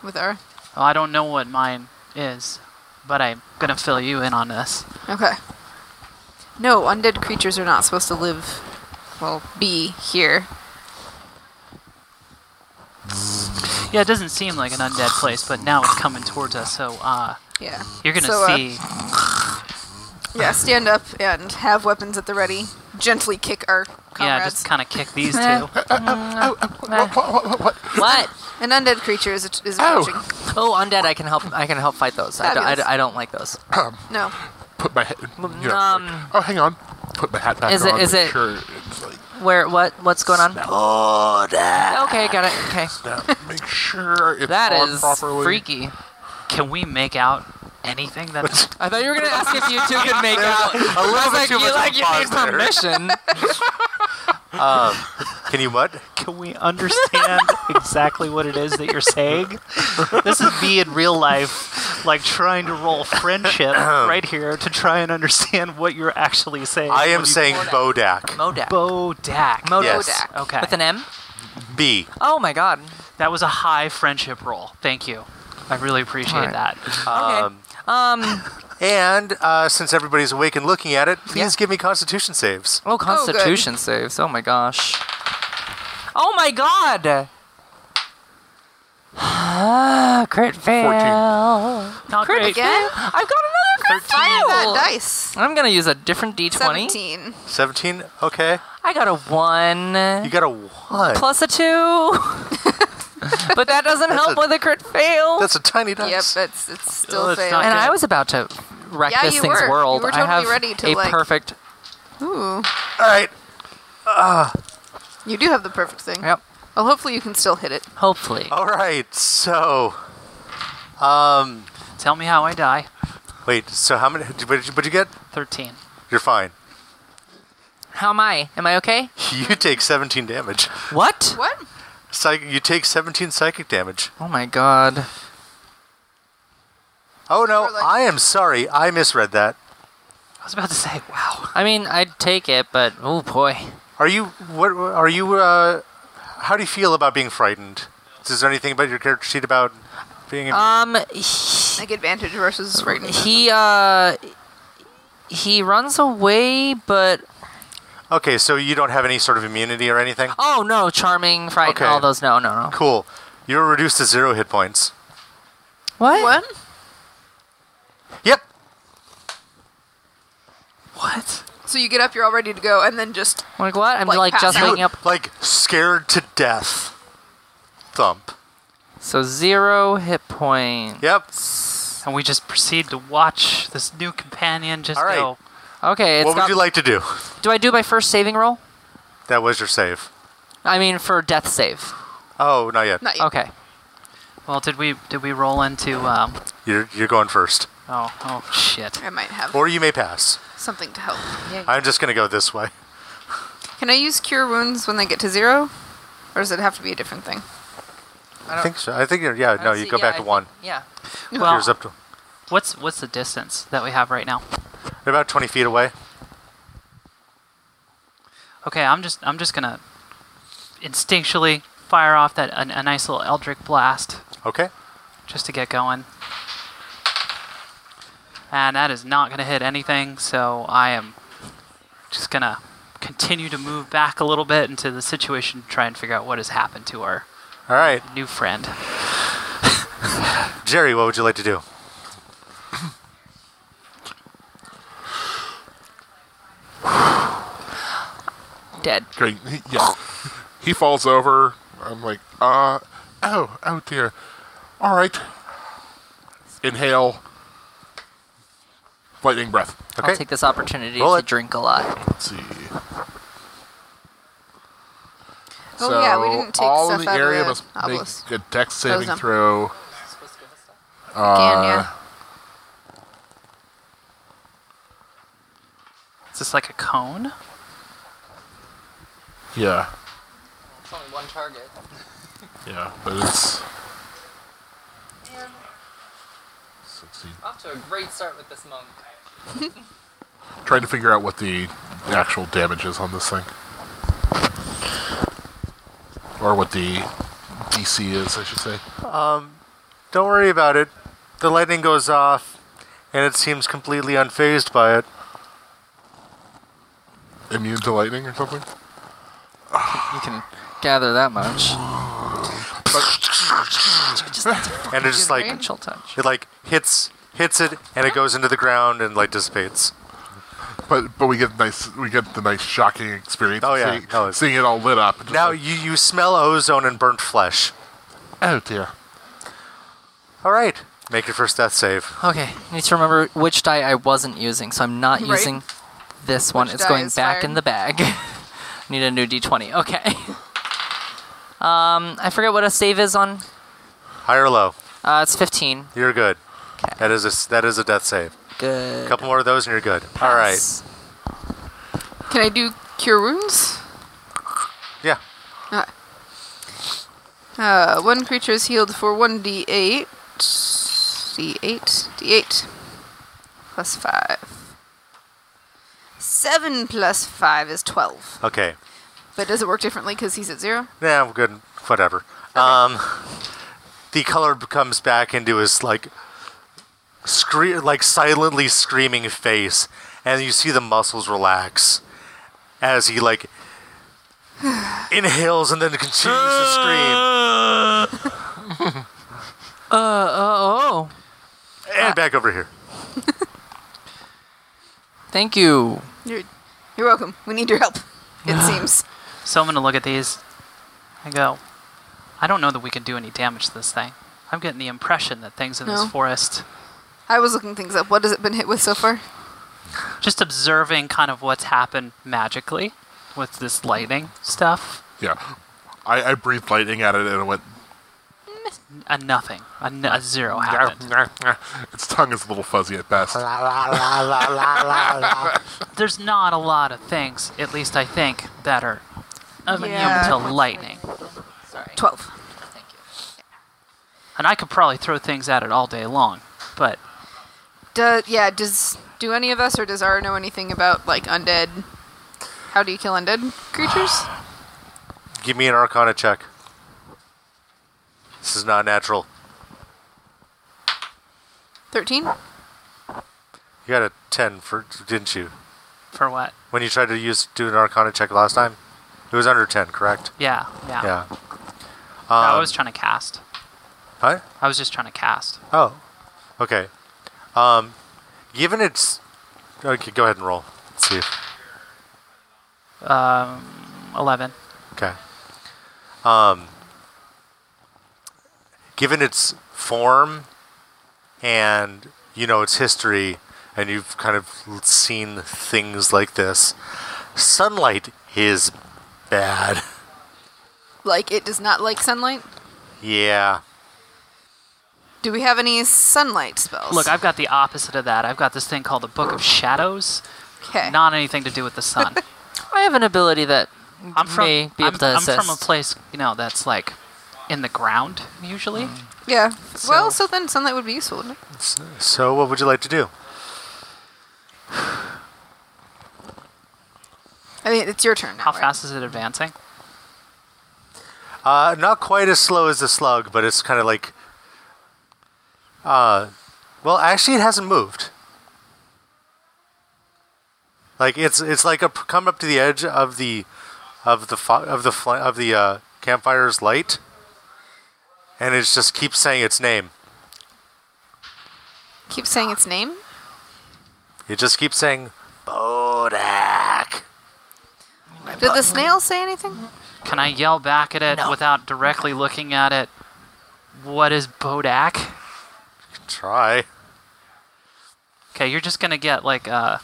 S2: with her?
S3: Well, I don't know what mine is, but I'm gonna fill you in on this.
S2: Okay. No, undead creatures are not supposed to live, well, be here.
S3: Yeah, it doesn't seem like an undead place, but now it's coming towards us. So uh,
S2: Yeah.
S3: you're gonna
S2: So, uh,
S3: see.
S2: Yeah, stand up and have weapons at the ready. Gently kick our
S3: yeah,
S2: comrades.
S3: just kind of kick these
S5: Eh.
S3: two.
S4: What, what, what, what, what?
S5: What?
S2: An undead creature is, is
S4: Ow.
S2: approaching.
S5: Oh, undead. I can help. I can help fight those. I, do,
S2: Fabulous.
S5: I, I don't like those.
S2: No.
S4: Put my head. You know,
S5: Um,
S4: oh, hang on. Put my hat back
S5: Is it-
S4: on.
S5: is
S4: make
S5: it-
S4: Sure, it's like,
S5: Where? What? What's going on? Okay, got it. Okay.
S4: yeah, make sure it's
S5: That
S4: on
S5: is
S4: properly.
S5: freaky.
S3: Can we make out anything that?
S5: I thought you were gonna ask if you two could make out.
S1: A little
S5: I was
S1: bit
S5: like,
S1: too much
S5: you
S1: of
S5: like
S1: a
S5: you need
S1: pause there.
S5: permission.
S1: Can you what?
S3: Can we understand exactly what it is that you're saying? This is me in real life, like trying to roll friendship right here to try and understand what you're actually saying.
S1: I am
S3: What do you-
S1: saying Bodak.
S5: Modak.
S3: Bodak.
S5: Modak.
S1: Yes.
S2: Bodak.
S3: Okay.
S5: With an M.
S1: B.
S5: Oh my God.
S3: That was a high friendship roll. Thank you. I really appreciate
S5: All right.
S3: that.
S5: Okay. Um.
S1: And uh, since everybody's awake and looking at it, please
S5: Yeah.
S1: give me Constitution saves.
S5: Oh, Constitution saves. Oh my gosh. Oh my God. Crit fail.
S3: Not
S5: Crit
S3: great.
S2: Again?
S5: I've got another crit
S2: Fire
S5: fail.
S2: that dice.
S5: I'm gonna use a different D20.
S2: 17.
S1: 17? Okay.
S5: I got a
S1: You
S5: one
S1: got a 1.
S5: plus a two, but that doesn't help
S1: a-
S5: with a crit fail.
S1: That's a tiny
S2: Yep,
S1: dice.
S2: it's, it's still
S3: Oh, it's
S2: failed.
S3: not
S5: and I
S3: good.
S5: was about to wreck
S2: Yeah,
S5: this
S2: you
S5: thing's
S2: were.
S5: world.
S2: You were
S5: I
S2: totally
S5: have
S2: ready to,
S5: a
S2: like-
S5: perfect.
S1: All
S2: Ooh.
S1: right.
S2: You do have the perfect thing.
S5: Yep.
S2: Well, hopefully you can still hit it.
S5: Hopefully.
S1: All right. So,
S3: Tell me how I die.
S1: wait. So how many? What did you, what'd you get?
S3: 13.
S1: You're fine.
S5: How am I? Am I okay?
S1: You take 17 damage.
S5: What?
S2: What?
S1: Psych- you take 17 psychic damage.
S5: Oh my god.
S1: Oh no!
S2: Or like-
S1: I am sorry. I misread that.
S3: I was about to say, wow.
S5: I mean, I'd take it, but oh boy.
S1: Are you? What? Are you? Uh, how do you feel about being frightened? Is there anything about your character sheet about being?
S2: Uh,
S5: Um,
S2: Like advantage versus frightened.
S5: he uh, he runs away, but
S1: okay, so you don't have any sort of immunity or anything.
S2: Uh,
S5: oh no, charming, frightened,
S1: Okay.
S5: all those. No, no, no.
S1: Cool. You're reduced to zero hit points.
S5: What?
S2: What?
S1: Yep.
S5: What?
S2: So you get up, you're all ready to go, and then just
S5: Like what? I'm
S2: Like,
S5: like,
S2: pass
S5: just
S2: out.
S5: waking up.
S1: Like scared to death. Thump.
S5: So zero hit point.
S1: Yep.
S3: And we just proceed to watch this new companion just
S1: All right.
S3: go.
S5: Okay. It's
S1: what
S5: got,
S1: would you like to do?
S5: Do I do my first saving roll?
S1: That was your save.
S5: I mean, for death save.
S1: Oh, not yet.
S2: Not yet.
S5: Okay.
S3: Well, did we did we roll into? Um,
S1: You're you're going first,
S3: oh, oh shit.
S2: I might have
S1: or you may pass.
S2: something to help.
S1: I'm just gonna go this way.
S2: Can I use cure wounds when they get to zero, or does it have to be a different thing?
S1: I think so. I think you're, yeah. No, you go back to one.
S5: Yeah.
S3: Well,
S1: Yours up to
S3: what's what's the distance that we have right now?
S1: they're about 20 feet away.
S3: Okay, I'm just I'm just gonna instinctually fire off that a, a nice little Eldric blast
S1: Okay.
S3: just to get going. And that is not gonna hit anything, so I am just gonna continue to move back a little bit into the situation, to try and figure out what has happened to our
S1: All right,
S3: new friend.
S1: Jerry. What would you like to do?
S5: Dead.
S4: Great. He- Yeah. He falls over. I'm like, uh, oh, oh dear. All right. Inhale. Lightning breath.
S1: Okay.
S5: I'll take this opportunity
S1: Roll
S5: to
S1: it.
S5: drink a lot.
S4: Let's see.
S2: Oh,
S4: so
S2: yeah, we didn't take
S4: all in
S2: stuff
S4: the
S2: out of
S4: area
S2: the
S4: must
S2: obelisk.
S4: make a dex saving
S2: them.
S4: throw.
S2: Can yeah.
S3: Is this like a cone?
S4: Yeah.
S5: It's only one target.
S4: Yeah, but it's
S5: Man,
S4: succeed.
S5: off to a great start with this monk.
S4: Trying to figure out what the actual damage is on this thing. Or what the DC is, I should say.
S1: Don't worry about it. The lightning goes off, and it seems completely unfazed by it.
S4: Immune to lightning or something?
S5: You can gather that much.
S1: And it just like
S5: Chill touch.
S1: it like hits hits it, and it goes into the ground and like dissipates.
S4: But but we get nice we get the nice shocking experience
S1: Oh,
S4: of
S1: yeah.
S4: seeing,
S1: No, it's-
S4: seeing it all lit up. and just
S1: Now
S4: like,
S1: you you smell ozone and burnt flesh.
S4: oh dear.
S1: All right, make your first death save.
S5: Okay, need to remember which die I wasn't using, so I'm not
S2: Right.
S5: using this one.
S2: Which
S5: it's
S2: die
S5: going
S2: is
S5: back
S2: fired?
S5: in the bag. need a new d20. Okay. Um, I forget what a save is on.
S1: High or low?
S5: Uh, it's 15.
S1: You're good. That is a s- that is a death save.
S5: Good.
S1: couple more of those and you're good. All right.
S5: Pass.
S2: Can I do cure wounds?
S1: Yeah.
S2: Uh, uh, one creature is healed for 1d8. D8. D8. Plus 5. 7 plus 5 is 12.
S1: Okay.
S2: But does it work differently because he's at 0?
S1: Yeah, I'm good. Whatever. Um, the color b- comes back into his like, scree- like silently screaming face, and you see the muscles relax as he like inhales and then continues to scream.
S5: Uh, Oh,
S1: And back over here.
S5: thank you.
S2: You're, you're welcome. We need your help, it seems.
S3: So I'm gonna look at these and go, I don't know that we can do any damage to this thing. I'm getting the impression that things in
S2: No.
S3: this forest,
S2: I was looking things up. What has it been hit with so far?
S3: just observing kind of what's happened magically with this lightning stuff,
S4: Yeah. I, I breathed lightning at it and it went
S3: a nothing, a, n- a zero happened.
S4: its tongue is a little fuzzy at best.
S3: There's not a lot of things, at least I think, that are immune
S2: Yeah.
S3: to lightning.
S2: 12.
S3: And I could probably throw things at it all day long, but
S2: Do, yeah, does do any of us or does R know anything about like undead? How do you kill undead creatures?
S1: Give me an Arcana check. This is not natural.
S2: Thirteen.
S1: You got a ten for didn't you?
S3: for what?
S1: When you tried to use do an Arcana check last time, it was under ten, correct?
S3: Yeah, yeah.
S1: Yeah. Um,
S3: I was trying to cast.
S1: Huh?
S3: I was just trying to cast.
S1: Oh, okay. Um, given its, okay, go ahead and roll. Let's see.
S3: 11.
S1: Okay. Um, given its form, and you know its history, and you've kind of seen things like this, Sunlight is bad.
S2: Like it does not like sunlight.
S1: Yeah.
S2: Do we have any sunlight spells?
S3: Look, I've got the opposite of that. I've got this thing called the Book of Shadows.
S5: Eh.
S2: okay.
S3: Not anything to do with the sun.
S5: I have an ability that
S3: I'm from
S5: may be
S3: I'm,
S5: able to
S3: I'm from a
S5: assist.
S3: place you know that's like in the ground usually.
S5: Mm.
S2: yeah. well,
S3: so-
S2: so then sunlight would be useful. Wouldn't it?
S1: So, what would you like to do?
S2: I mean, it's your turn. Now,
S3: How
S2: right?
S3: fast is it advancing?
S1: Uh, not quite as slow as the slug, but it's kind of like. Uh, well, actually, it hasn't moved. Like it's it's like a, come up to the edge of the, of the fi- of the fl- of the uh, campfire's light. And it just keeps saying its name.
S2: Keep saying its name.
S1: It just keeps saying, Bodak.
S2: Did the snail say anything?
S3: Can I yell back at it without directly looking at it? What is Bodak?
S1: Try.
S3: Okay, you're just gonna get like uh,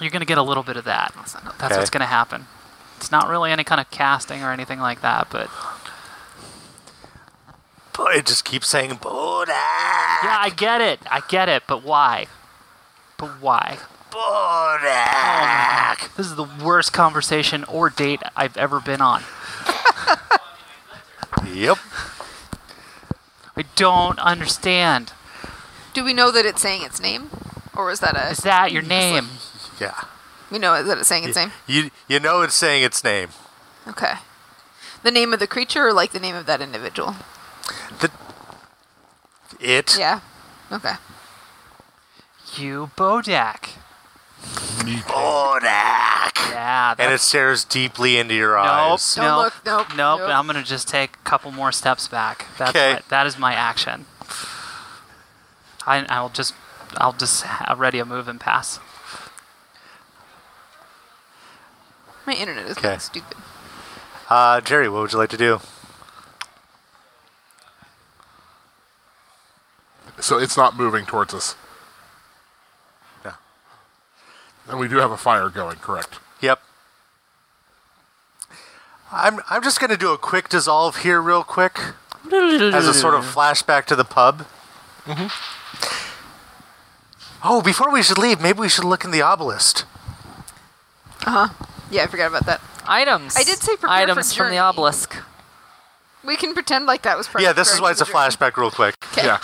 S3: you're gonna get a little bit of that. That's
S1: Okay.
S3: what's gonna happen. It's not really any kind of casting or anything like that, but
S1: But it just keeps saying Bodak.
S3: yeah, I get it. I get it. But why? But why?
S1: Bodak.
S3: This is the worst conversation or date I've ever been on.
S1: Yep.
S3: I don't understand.
S2: Do we know that it's saying its name, or is that a?
S3: Is that your name?
S1: Yeah.
S2: We know that it's saying its name.
S1: You you know it's saying its name.
S2: Okay. The name of the creature, or like the name of that individual?
S1: The it
S2: Yeah. Okay.
S3: You Bodak.
S1: Bodak.
S3: Yeah.
S1: And
S3: that's-
S1: it stares deeply into your
S3: Nope,
S1: eyes.
S2: Don't
S3: nope,
S2: look, nope,
S3: nope.
S2: nope.
S3: I'm gonna just take a couple more steps back. That's
S1: 'Kay.
S3: my- that is my action. I, I'll just, I'll just ha- ready a move and pass.
S2: My internet is
S1: 'Kay.
S2: stupid.
S1: Uh, Jerry, what would you like to do?
S4: So it's not moving towards us.
S1: No.
S4: And we do have a fire going, correct?
S1: Yep. I'm I'm just gonna do a quick dissolve here, real quick, as a sort of flashback to the pub. Mm-hmm. Oh, before we should leave, maybe we should look in the obelisk.
S2: Yeah, I forgot about that.
S5: items.
S2: I did say prepare for
S5: items from
S2: journey.
S5: the obelisk.
S2: We can pretend like that was part
S1: yeah,
S2: of
S1: this is why it's a flashback, real quick.
S4: Yeah.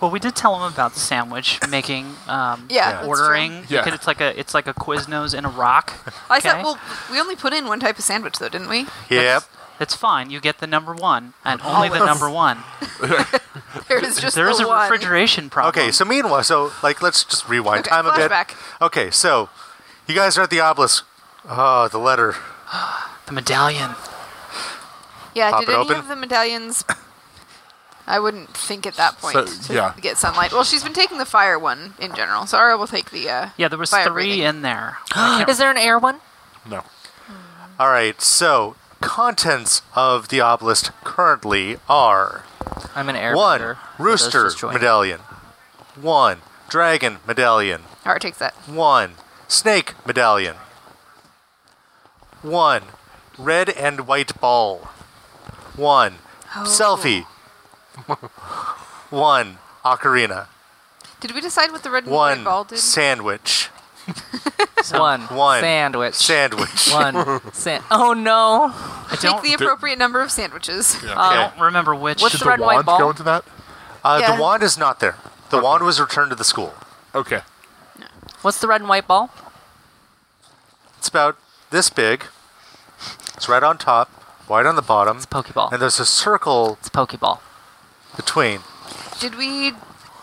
S3: Well, we did tell him about the sandwich making, um,
S2: Yeah, that's true.
S3: ordering. You
S4: Yeah.
S3: could- it's like a, it's like a Quiznos in a rock.
S2: I said,
S3: Okay.
S2: well, we only put in one type of sandwich, though, didn't we?
S1: Yep.
S3: That's fine. You get the number one and only the number one.
S2: There is just
S3: there is
S2: Oh, the
S3: a
S2: one.
S3: refrigeration problem.
S1: Okay, so meanwhile, so like let's just rewind
S2: Okay,
S1: time a bit.
S2: flashback.
S1: Okay, so you guys are at the obelisk. Oh, the letter.
S3: the medallion.
S2: Yeah,
S1: Pop
S2: did
S1: it
S2: any
S1: open.
S2: of the medallions? I wouldn't think at that point
S4: So,
S2: to
S4: yeah.
S2: get sunlight. Well, she's been taking the fire one in general, so Ara will take the. Uh,
S3: Yeah, there was
S2: fire
S3: three
S2: breathing.
S3: in there.
S5: Is there an air one?
S4: no.
S1: All right, so contents of the obelisk currently are
S5: I'm an air.
S1: one rooster
S5: medallion.
S1: medallion, one dragon medallion,
S2: Ara takes that.
S1: one snake medallion, one red and white ball, one
S2: Oh.
S1: selfie, one ocarina,
S2: Did we decide what the red and white ball
S1: one
S2: did?
S1: sandwich.
S5: One.
S1: One.
S5: Sandwich.
S1: sandwich.
S5: One. San- oh no.
S3: I
S2: Take
S3: don't,
S2: the appropriate number of sandwiches.
S5: Um,
S1: Okay.
S3: don't remember which.
S5: What's
S4: Did
S5: the
S4: the,
S5: red and white
S4: wand
S5: ball?
S4: go into that?
S1: Uh,
S2: Yeah.
S1: The wand is not there. The wand was returned to the school.
S4: Okay.
S5: What's the red and white ball?
S1: It's about this big. It's right on top, white on the bottom,
S5: It's a pokeball.
S1: and there's a circle
S5: It's a pokeball.
S1: between.
S2: Did we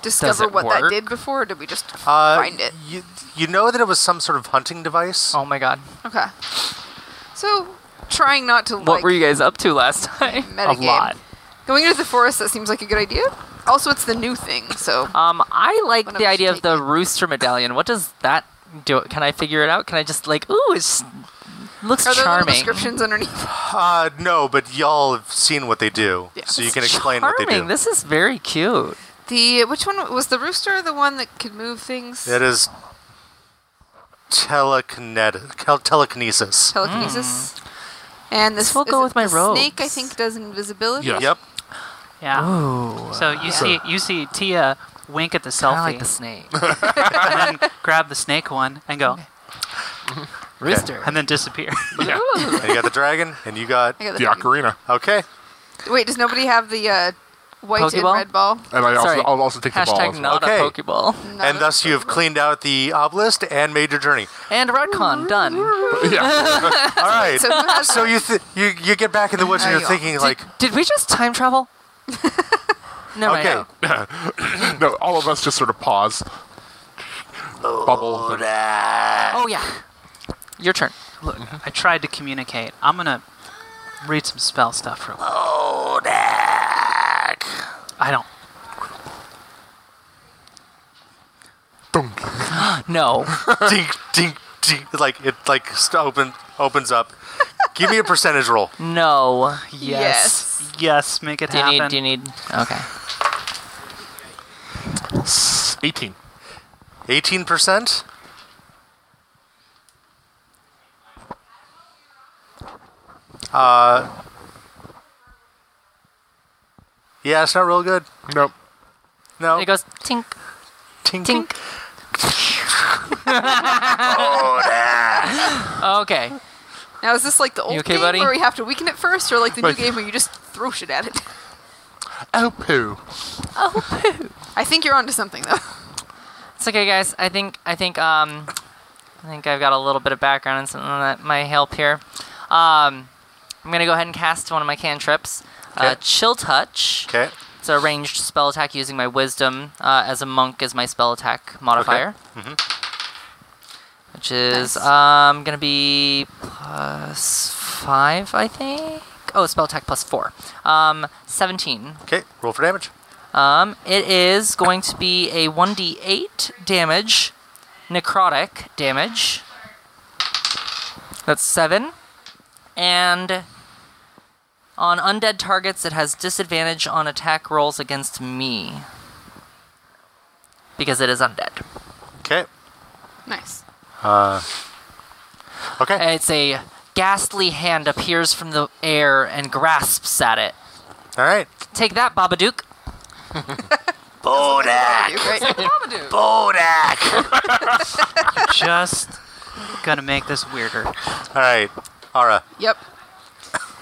S2: discover
S5: it
S2: what that
S5: work?
S2: did before, or did we just
S1: Uh,
S2: find it?
S1: You, you know that it was some sort of hunting device.
S5: Oh my god.
S2: Okay. So, trying not to
S5: what
S2: like
S5: were you guys up to last time?
S2: metagame.
S3: A lot.
S2: Going into the forest that seems like a good idea. Also, it's the new thing,
S3: Uh,
S2: so
S5: Um, I like
S2: One of
S5: the
S2: us
S5: idea of
S2: take
S5: the rooster medallion. What does that do? Can I figure it out? Can I just like, ooh,
S2: are
S5: it looks
S2: there little
S5: charming.
S2: descriptions underneath?
S1: Uh, no, but y'all have seen what they do,
S2: Yeah.
S1: so you
S5: It's
S1: can explain
S5: charming.
S1: what they do.
S5: This is very cute.
S2: The which one was the rooster? The one that could move things?
S1: That is telekinetic, cal- telekinesis.
S2: telekinesis. And this
S5: Hmm. will
S2: is
S5: go
S2: it
S5: with my
S2: the
S5: robes.
S2: Snake, I think, does invisibility.
S4: Yes.
S1: Yep.
S3: Yeah.
S5: Ooh.
S3: So you see you see Tia wink at the selfie
S5: I like the snake.
S3: and then grab the snake one and go
S5: Rooster.
S3: and then disappear.
S4: Yeah.
S2: Ooh.
S1: And you got the dragon, and you got
S2: I got
S4: The
S5: Uh,
S2: the
S4: ocarina,
S1: okay.
S2: Wait, does nobody have the uh, white and
S5: Pokeball?
S2: red ball?
S4: and I also
S5: Sorry.
S4: I'll also take the ball.
S5: Hashtag
S4: as well.
S5: not
S1: Okay.
S5: a Pokeball.
S2: Not
S1: And
S2: a-
S1: thus you have cleaned out the obelisk and made your journey.
S5: And retcon done.
S4: yeah.
S1: All right.
S2: So who has
S1: So you th- you you get back in the woods and you're
S5: Hang on.
S1: thinking
S5: Did-
S1: like,
S5: did we just time travel? no,
S1: okay,
S5: I
S4: no, all of us just sort of pause. Bubble.
S5: Oh yeah. Your turn.
S3: Look, I tried to communicate. I'm gonna read some spell stuff real quick. I don't
S4: Dunk.
S5: No.
S1: dink dink dink. Like it like st- open opens up. Give me a percentage roll.
S5: No.
S2: Yes.
S3: yes, make it
S5: Do you
S3: happen.
S5: need? Do you need? Okay.
S4: S- 18.
S1: Eighteen percent. Uh. Yeah, it's not real good.
S4: Nope.
S1: No.
S5: It goes tink
S1: Tink.
S5: tink. okay.
S2: Now is this like the old
S5: okay,
S2: game
S5: buddy?
S2: where we have to weaken it first, or like the
S4: Like-
S2: new game where you just throw shit at it?
S4: Oh, poo.
S2: I think you're onto something though.
S5: It's okay, guys. I think I think um, I think I've got a little bit of background and something that might help here. Um, I'm gonna go ahead and cast one of my cantrips. Uh,
S1: Okay.
S5: chill touch.
S1: Okay.
S5: It's a ranged spell attack using my wisdom uh, as a monk as my spell attack modifier. Which is
S2: Nice.
S5: um, going to be plus five, I think. Oh, spell attack plus four. Um, 17.
S1: Okay. Roll for damage.
S5: Um, it is going to be a 1d8 damage, necrotic damage. That's seven. And on undead targets, it has disadvantage on attack rolls against me. Because it is undead.
S1: Okay.
S2: nice.
S1: Okay.
S5: It's a ghastly hand appears from the air and grasps at it.
S1: All right.
S5: Take that, Babadook.
S2: Bodak. Bodak.
S3: Just gonna make this weirder.
S1: All right. Ara.
S2: Yep.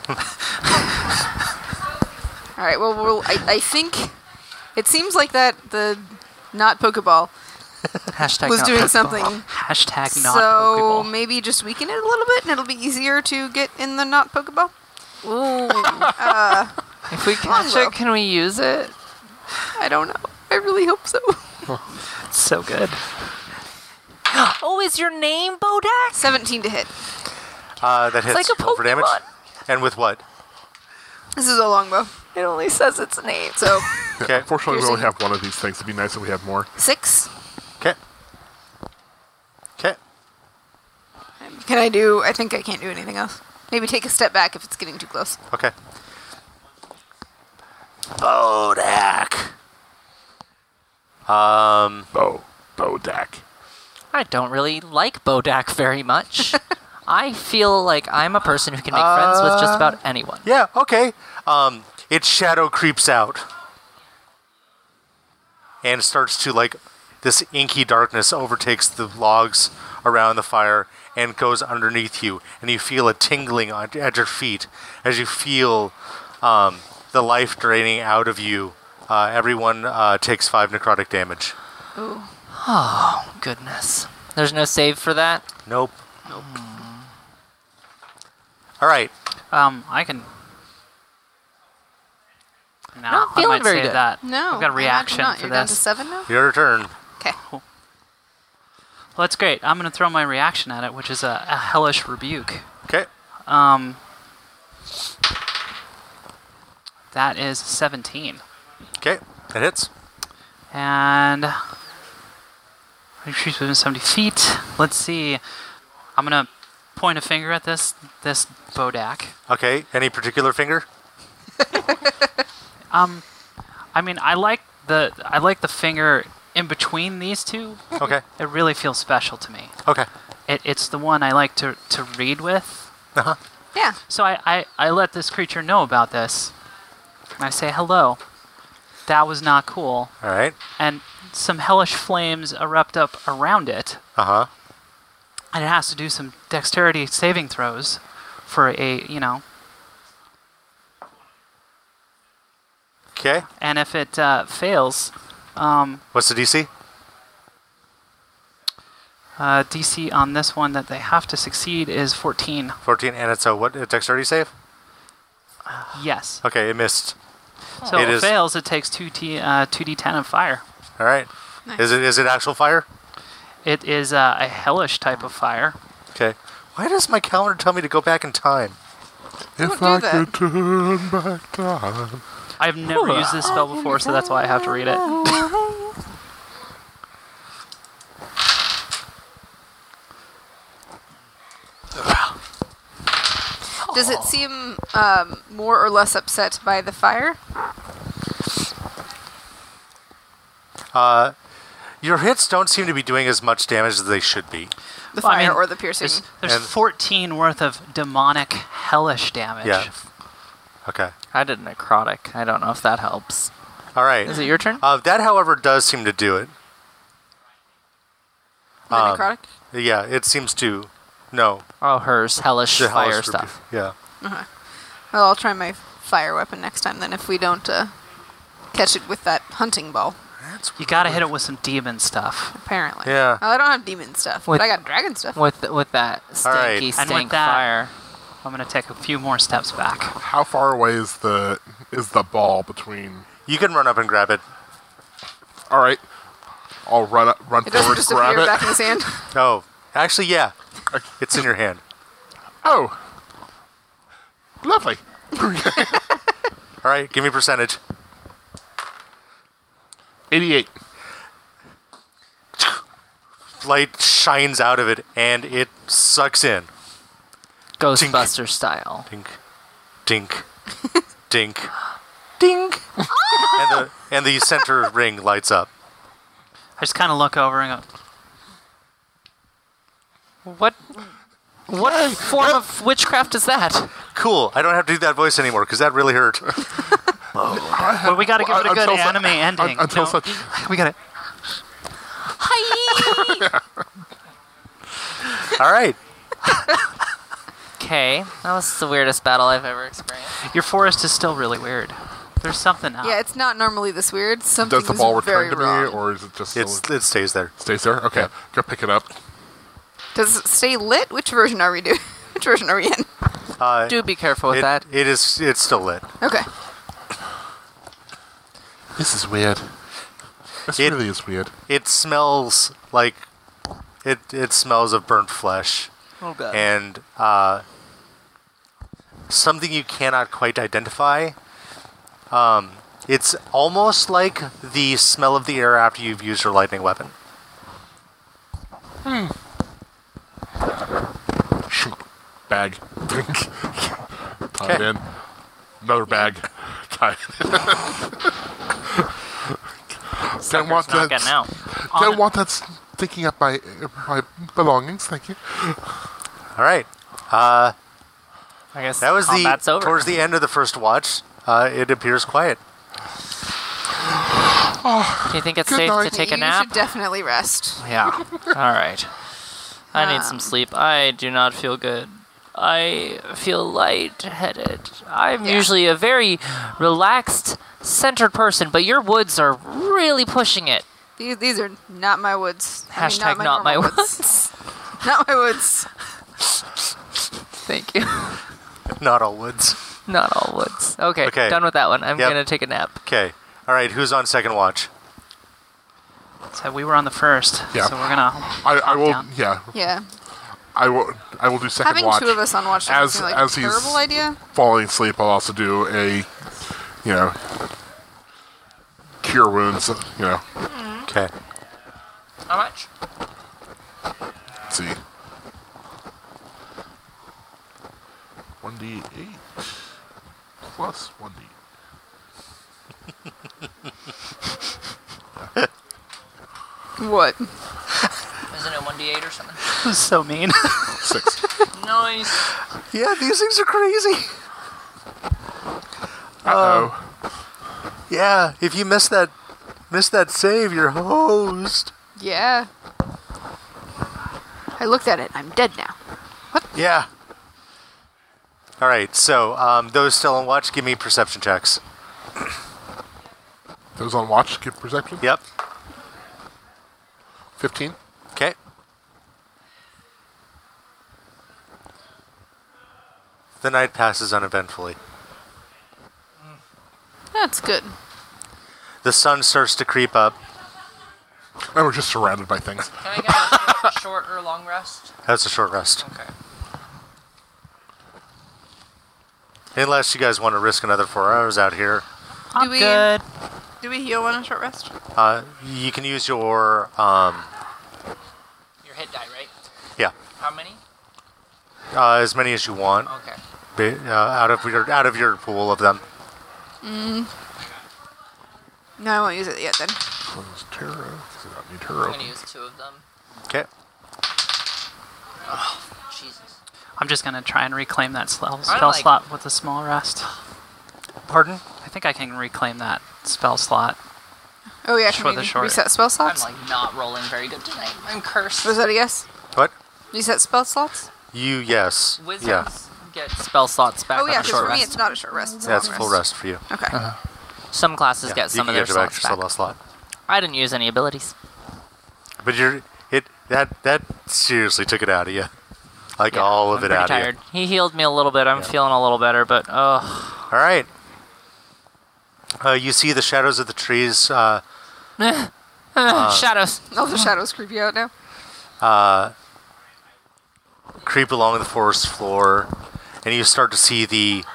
S2: All right. Well, we'll I, I think it seems like that the not Pokeball
S5: Hashtag
S2: was
S5: not
S2: doing
S5: Pokeball.
S2: something.
S3: Hashtag not
S2: So
S3: Pokeball.
S2: maybe just weaken it a little bit, and it'll be easier to get in the not Pokeball.
S5: If we catch
S2: Longbow.
S5: it, can we use it?
S2: I don't know. I really hope so.
S3: It's so good.
S5: Oh, is your name Bodak?
S2: Seventeen to hit.
S1: Uh, that hits.
S5: like a
S1: Roll for damage.
S5: Pokemon.
S1: And with what?
S2: This is a longbow,
S5: It only says its name.
S2: so
S1: Okay.
S4: Unfortunately, we only
S2: Piercing.
S4: have one of these things. It'd be nice if we had more.
S2: six.
S1: Okay. Okay.
S2: Can I do? I think I can't do anything else. Maybe take a step back if it's getting too close.
S1: Okay. Bodak. Um.
S4: Bo. Bodak.
S5: I don't really like Bodak very much. I feel like I'm a person who can make friends with just about anyone.
S1: Yeah. Okay. Um. Its shadow creeps out and starts to like this inky darkness overtakes the logs around the fire and goes underneath you, and you feel a tingling on, at your feet as you feel um, the life draining out of you. Uh, everyone uh, takes five necrotic damage.
S5: Goodness. There's no save for that.
S1: Nope. Nope. All right.
S3: Um, I can. Nah,
S5: Not feeling
S3: I might
S5: very
S3: save
S5: good.
S3: that.
S2: No,
S3: I've got
S2: I'm
S3: a
S2: not-
S3: reaction
S2: I'm not.
S3: for
S2: You're down to
S3: this.
S2: seven now.
S1: Your turn.
S2: Okay.
S3: Well, that's great. I'm gonna throw my reaction at it, which is a, a hellish rebuke.
S1: Okay.
S3: Um, that is 17,
S1: Okay. That hits.
S3: and she's within 70 feet. Let's see. I'm gonna point a finger at this this bodak.
S1: Okay. Any particular finger?
S3: Um, I mean, I like the I like the finger in between these two.
S1: Okay.
S3: It really feels special to me.
S1: Okay.
S3: it, it's the one I like to, to read with.
S2: Yeah.
S3: So I, I, I let this creature know about this. And I say, hello. That was not cool.
S1: All right.
S3: And some hellish flames erupt up around it.
S1: Uh huh.
S3: and it has to do some dexterity saving throws for a you know
S1: Okay.
S3: and if it uh, fails um,
S1: What's the DC?
S3: uh, dc on this one that they have to succeed is 14
S1: 14, and it's a what? A dexterity save?
S3: yes
S1: Okay, it missed.
S3: so
S1: It
S3: if it
S1: is-
S3: fails it takes 2 t uh, 2d10 of fire
S1: All right.
S2: Nice.
S1: Is it is it actual fire?
S3: it is uh, a hellish type of fire
S1: Okay. Why does my calendar tell me to go back in time?
S4: If
S2: do
S4: I
S2: that.
S4: could turn back time.
S3: i've never used this spell before so that's why i have to read it
S2: Does it seem um, more or less upset by the fire?
S1: Your hits don't seem to be doing as much damage as they should be.
S2: The
S3: Well, I
S2: fire
S3: mean,
S2: or the piercing?
S3: there's, there's
S1: And-
S3: 14 worth of demonic hellish damage
S1: Yeah. Okay.
S5: I did necrotic. I don't know if that helps.
S1: All right.
S5: Is it your turn?
S1: Uh, that, however, does seem to do it.
S2: The
S3: uh,
S2: necrotic?
S1: Yeah, it seems to. No.
S5: oh, hers hellish
S1: The
S5: fire
S1: hellish rebu-
S5: stuff.
S1: Yeah.
S2: Well, I'll try my fire weapon next time then if we don't uh, catch it with that hunting ball,
S3: you gotta hit it with some demon stuff
S2: apparently.
S1: Yeah.
S2: Well, I don't have demon stuff,
S5: With-
S2: but I got dragon stuff.
S5: With with that
S1: right.
S5: stanky
S1: And
S5: stank
S3: with that-
S5: fire.
S3: i'm gonna take a few more steps back
S4: How far away is the is the ball between?
S1: You can run up and grab it.
S4: All right, I'll run up, run
S2: It doesn't
S4: forward,
S2: just
S4: grab
S2: appear
S4: it.
S2: back in the sand.
S1: Oh, actually, yeah. It's in your hand.
S4: Oh, lovely.
S1: All right, give me percentage.
S4: Eighty-eight.
S1: Light shines out of it and it sucks in.
S5: Ghostbuster style.
S1: Dink, dink, dink, dink. and, the, and the center ring lights up.
S3: i just kind of look over and go
S5: What? What form of witchcraft is that?
S1: Cool. I don't have to do that voice anymore because that really hurt.
S3: But we got to give it a good
S4: Until su-
S3: anime ending.
S4: un- until
S3: No,
S4: such-
S3: we got to.
S1: All right.
S5: Okay, that was the weirdest battle I've ever experienced.
S3: Your forest is still really weird. There's something up.
S2: Yeah, it's not normally this weird. Something
S4: Does the ball
S2: was very
S4: return to
S2: wrong.
S4: me, or is it just
S1: It's,
S4: still-
S1: it stays there.
S4: stays there? Okay, go pick it up.
S2: Does it stay lit? Which version are we doing? Which version are we in?
S1: Uh,
S5: Do be careful with
S1: it,
S5: that.
S1: it is. It's still lit.
S2: Okay.
S4: This is weird. This
S1: It-
S4: really is weird.
S1: It smells like it. It smells of burnt flesh
S5: Oh god.
S1: and uh, something you cannot quite identify. Um, it's almost like the smell of the air after you've used your lightning weapon.
S4: Bag. Tie it
S1: Okay.
S4: in. Another bag. Tie it. in. don't want that.
S5: not getting out.
S4: Don't want that sticking up my my belongings. Thank you.
S1: All right.
S5: I guess
S1: That was
S5: combat's
S1: the
S5: over.
S1: towards the end of the first watch. Uh, it appears quiet.
S5: Do you think it's
S4: Good
S5: safe to
S4: night.
S5: take
S2: you
S5: a nap?
S2: should definitely rest.
S5: Yeah. All right. I need some sleep. I do not feel good. I feel lightheaded. I'm
S2: Yeah.
S5: usually a very relaxed, centered person, but your woods are really pushing it.
S2: These, these are not my woods. I mean,
S5: Hashtag not my
S2: normal not my woods.
S5: Thank you.
S1: Not all woods.
S5: not all woods. Okay,
S1: Okay.
S5: done with that one. I'm
S1: Yep.
S5: gonna take a nap.
S1: Okay. All right. Who's on second watch?
S3: So we were on the first.
S4: Yeah.
S3: So we're gonna.
S4: I, I will.
S3: down.
S4: Yeah.
S2: Yeah.
S4: I will. I will do second
S2: Having
S4: watch.
S2: two of us on watch doesn't
S4: As-
S2: seem like
S4: as
S2: a
S4: he's-
S2: terrible idea.
S4: falling asleep, I'll also do a, you know, cure wounds. You know,
S1: Okay.
S5: How much?
S4: let's see. One d eight plus one d.
S2: What?
S5: Isn't it one 1d8 or something.
S6: This is so mean.
S4: Six.
S5: Nice.
S1: Yeah, these things are crazy.
S4: Uh-oh.
S1: Yeah, if you miss that, miss that save, you're hosed.
S2: Yeah. I looked at it. I'm dead now.
S1: Yeah. All right. So um, those still on watch, give me perception checks.
S4: Those on watch give perception.
S1: Yep.
S4: 15.
S1: Okay. The night passes uneventfully.
S2: That's good.
S1: The sun starts to creep up.
S4: And we're just surrounded by things.
S5: Can I get a short, short or long rest?
S1: That's a short rest.
S5: Okay.
S1: Unless you guys want to risk another four hours out here,
S2: I'm we-
S6: Good.
S2: Do we heal on a short rest?
S1: uh, you can use your um,
S5: Your hit die, right?
S1: yeah
S5: How many?
S1: uh, as many as you want
S5: Okay.
S1: ba- uh, out of your out of your pool of them.
S2: No, I won't use it yet then.
S4: Close tarot. Does not need
S5: I'm
S4: tarot.
S5: gonna use two of them.
S1: Okay.
S5: Jesus.
S3: I'm just gonna try and reclaim that spell,
S5: I
S3: spell
S5: like-
S3: slot with a small rest.
S1: Pardon?
S3: I think I can reclaim that spell slot.
S2: Oh yeah,
S3: Short
S2: can we
S3: the short.
S2: reset spell
S5: I'm
S2: slots?
S5: like not rolling very good tonight. I'm cursed.
S2: Was that a yes?
S1: What?
S2: Reset spell slots?
S1: You yes.
S5: Wizards
S1: Yeah.
S5: get spell slots back
S2: oh yeah,
S5: on a
S2: because
S5: short
S2: for me
S5: rest.
S2: it's not a short rest. It's a
S1: That's
S2: long
S1: full rest for you.
S2: Okay.
S5: Some classes
S1: Yeah,
S5: get some
S1: you
S5: of
S1: can
S5: their
S1: get your back
S5: slots back.
S1: slot slot.
S5: I didn't use any abilities.
S1: But you're it that that seriously took it out of you, like
S5: Yeah,
S1: all of
S5: I'm
S1: it
S5: pretty
S1: out
S5: tired.
S1: of
S5: He healed me a little bit. I'm feeling a little better, but oh,
S1: you. All right. Uh, you see the shadows of the trees uh,
S5: shadows.
S2: All the shadows creep you out now.
S1: creep along the forest floor, and you start to see the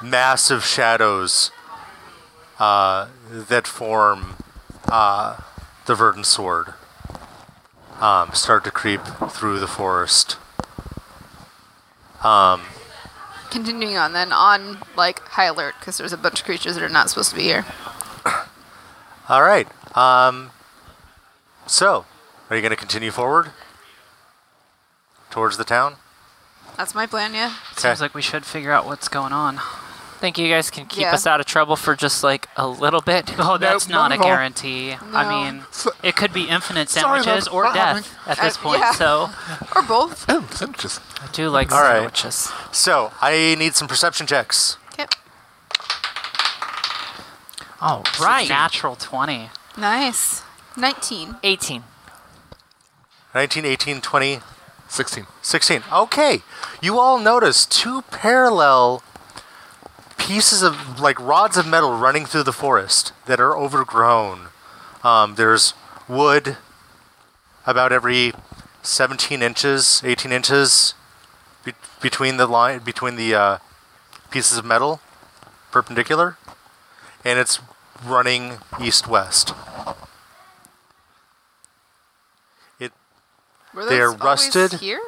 S1: massive shadows uh, that form uh, the verdant sword um, start to creep through the forest.
S2: Continuing on then on like high alert because there's a bunch of creatures that are not supposed to be here.
S1: All right. Um, so, are you going to continue forward towards the town?
S2: That's my plan, yeah.
S3: Seems like we should figure out what's going on.
S5: Think you guys can keep
S2: Yeah.
S5: us out of trouble for just like a little bit?
S3: Oh, that's not,
S4: not
S3: a
S4: at all.
S3: guarantee. I
S2: No.
S3: mean,
S4: So-
S3: it could be infinite
S4: Sorry,
S3: sandwiches
S4: that's
S3: or
S4: not
S3: death at this
S2: Uh,
S3: point.
S2: yeah.
S3: So
S2: Or both.
S4: Oh, sandwiches.
S5: I do like
S1: All right.
S5: sandwiches.
S1: So, I need some perception checks.
S2: Okay.
S5: All
S3: it's a
S5: right.
S3: natural twenty.
S2: Nice. Nineteen.
S5: 18.
S1: 19, 18, 20,
S4: 16.
S1: 16. Okay. You all notice two parallel pieces of, like, rods of metal running through the forest that are overgrown. Um, there's wood about every 17 inches, 18 inches be- between the line, between the uh, pieces of metal, perpendicular, and it's running east west. It
S2: Were
S1: They
S2: those
S1: are
S2: always
S1: rusted.
S2: here,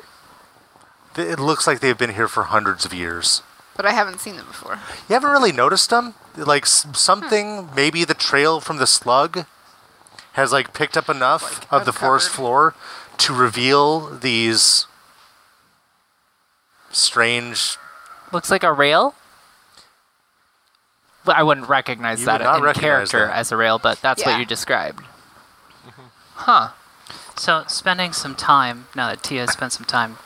S1: Th- It looks like they've been here for hundreds of years.
S2: but I haven't seen them before.
S1: You haven't really noticed them? Like s- something,
S2: Hmm.
S1: maybe the trail from the slug has like picked up enough
S2: Like,
S1: of the forest
S2: uncovered.
S1: floor to reveal these strange.
S5: Looks like a rail. But I wouldn't recognize
S1: You
S5: that
S1: would not
S5: in
S1: recognize
S5: character
S1: that.
S5: as a rail, but that's
S2: Yeah.
S5: what you described. Huh.
S3: So spending some time now that Tia has spent some time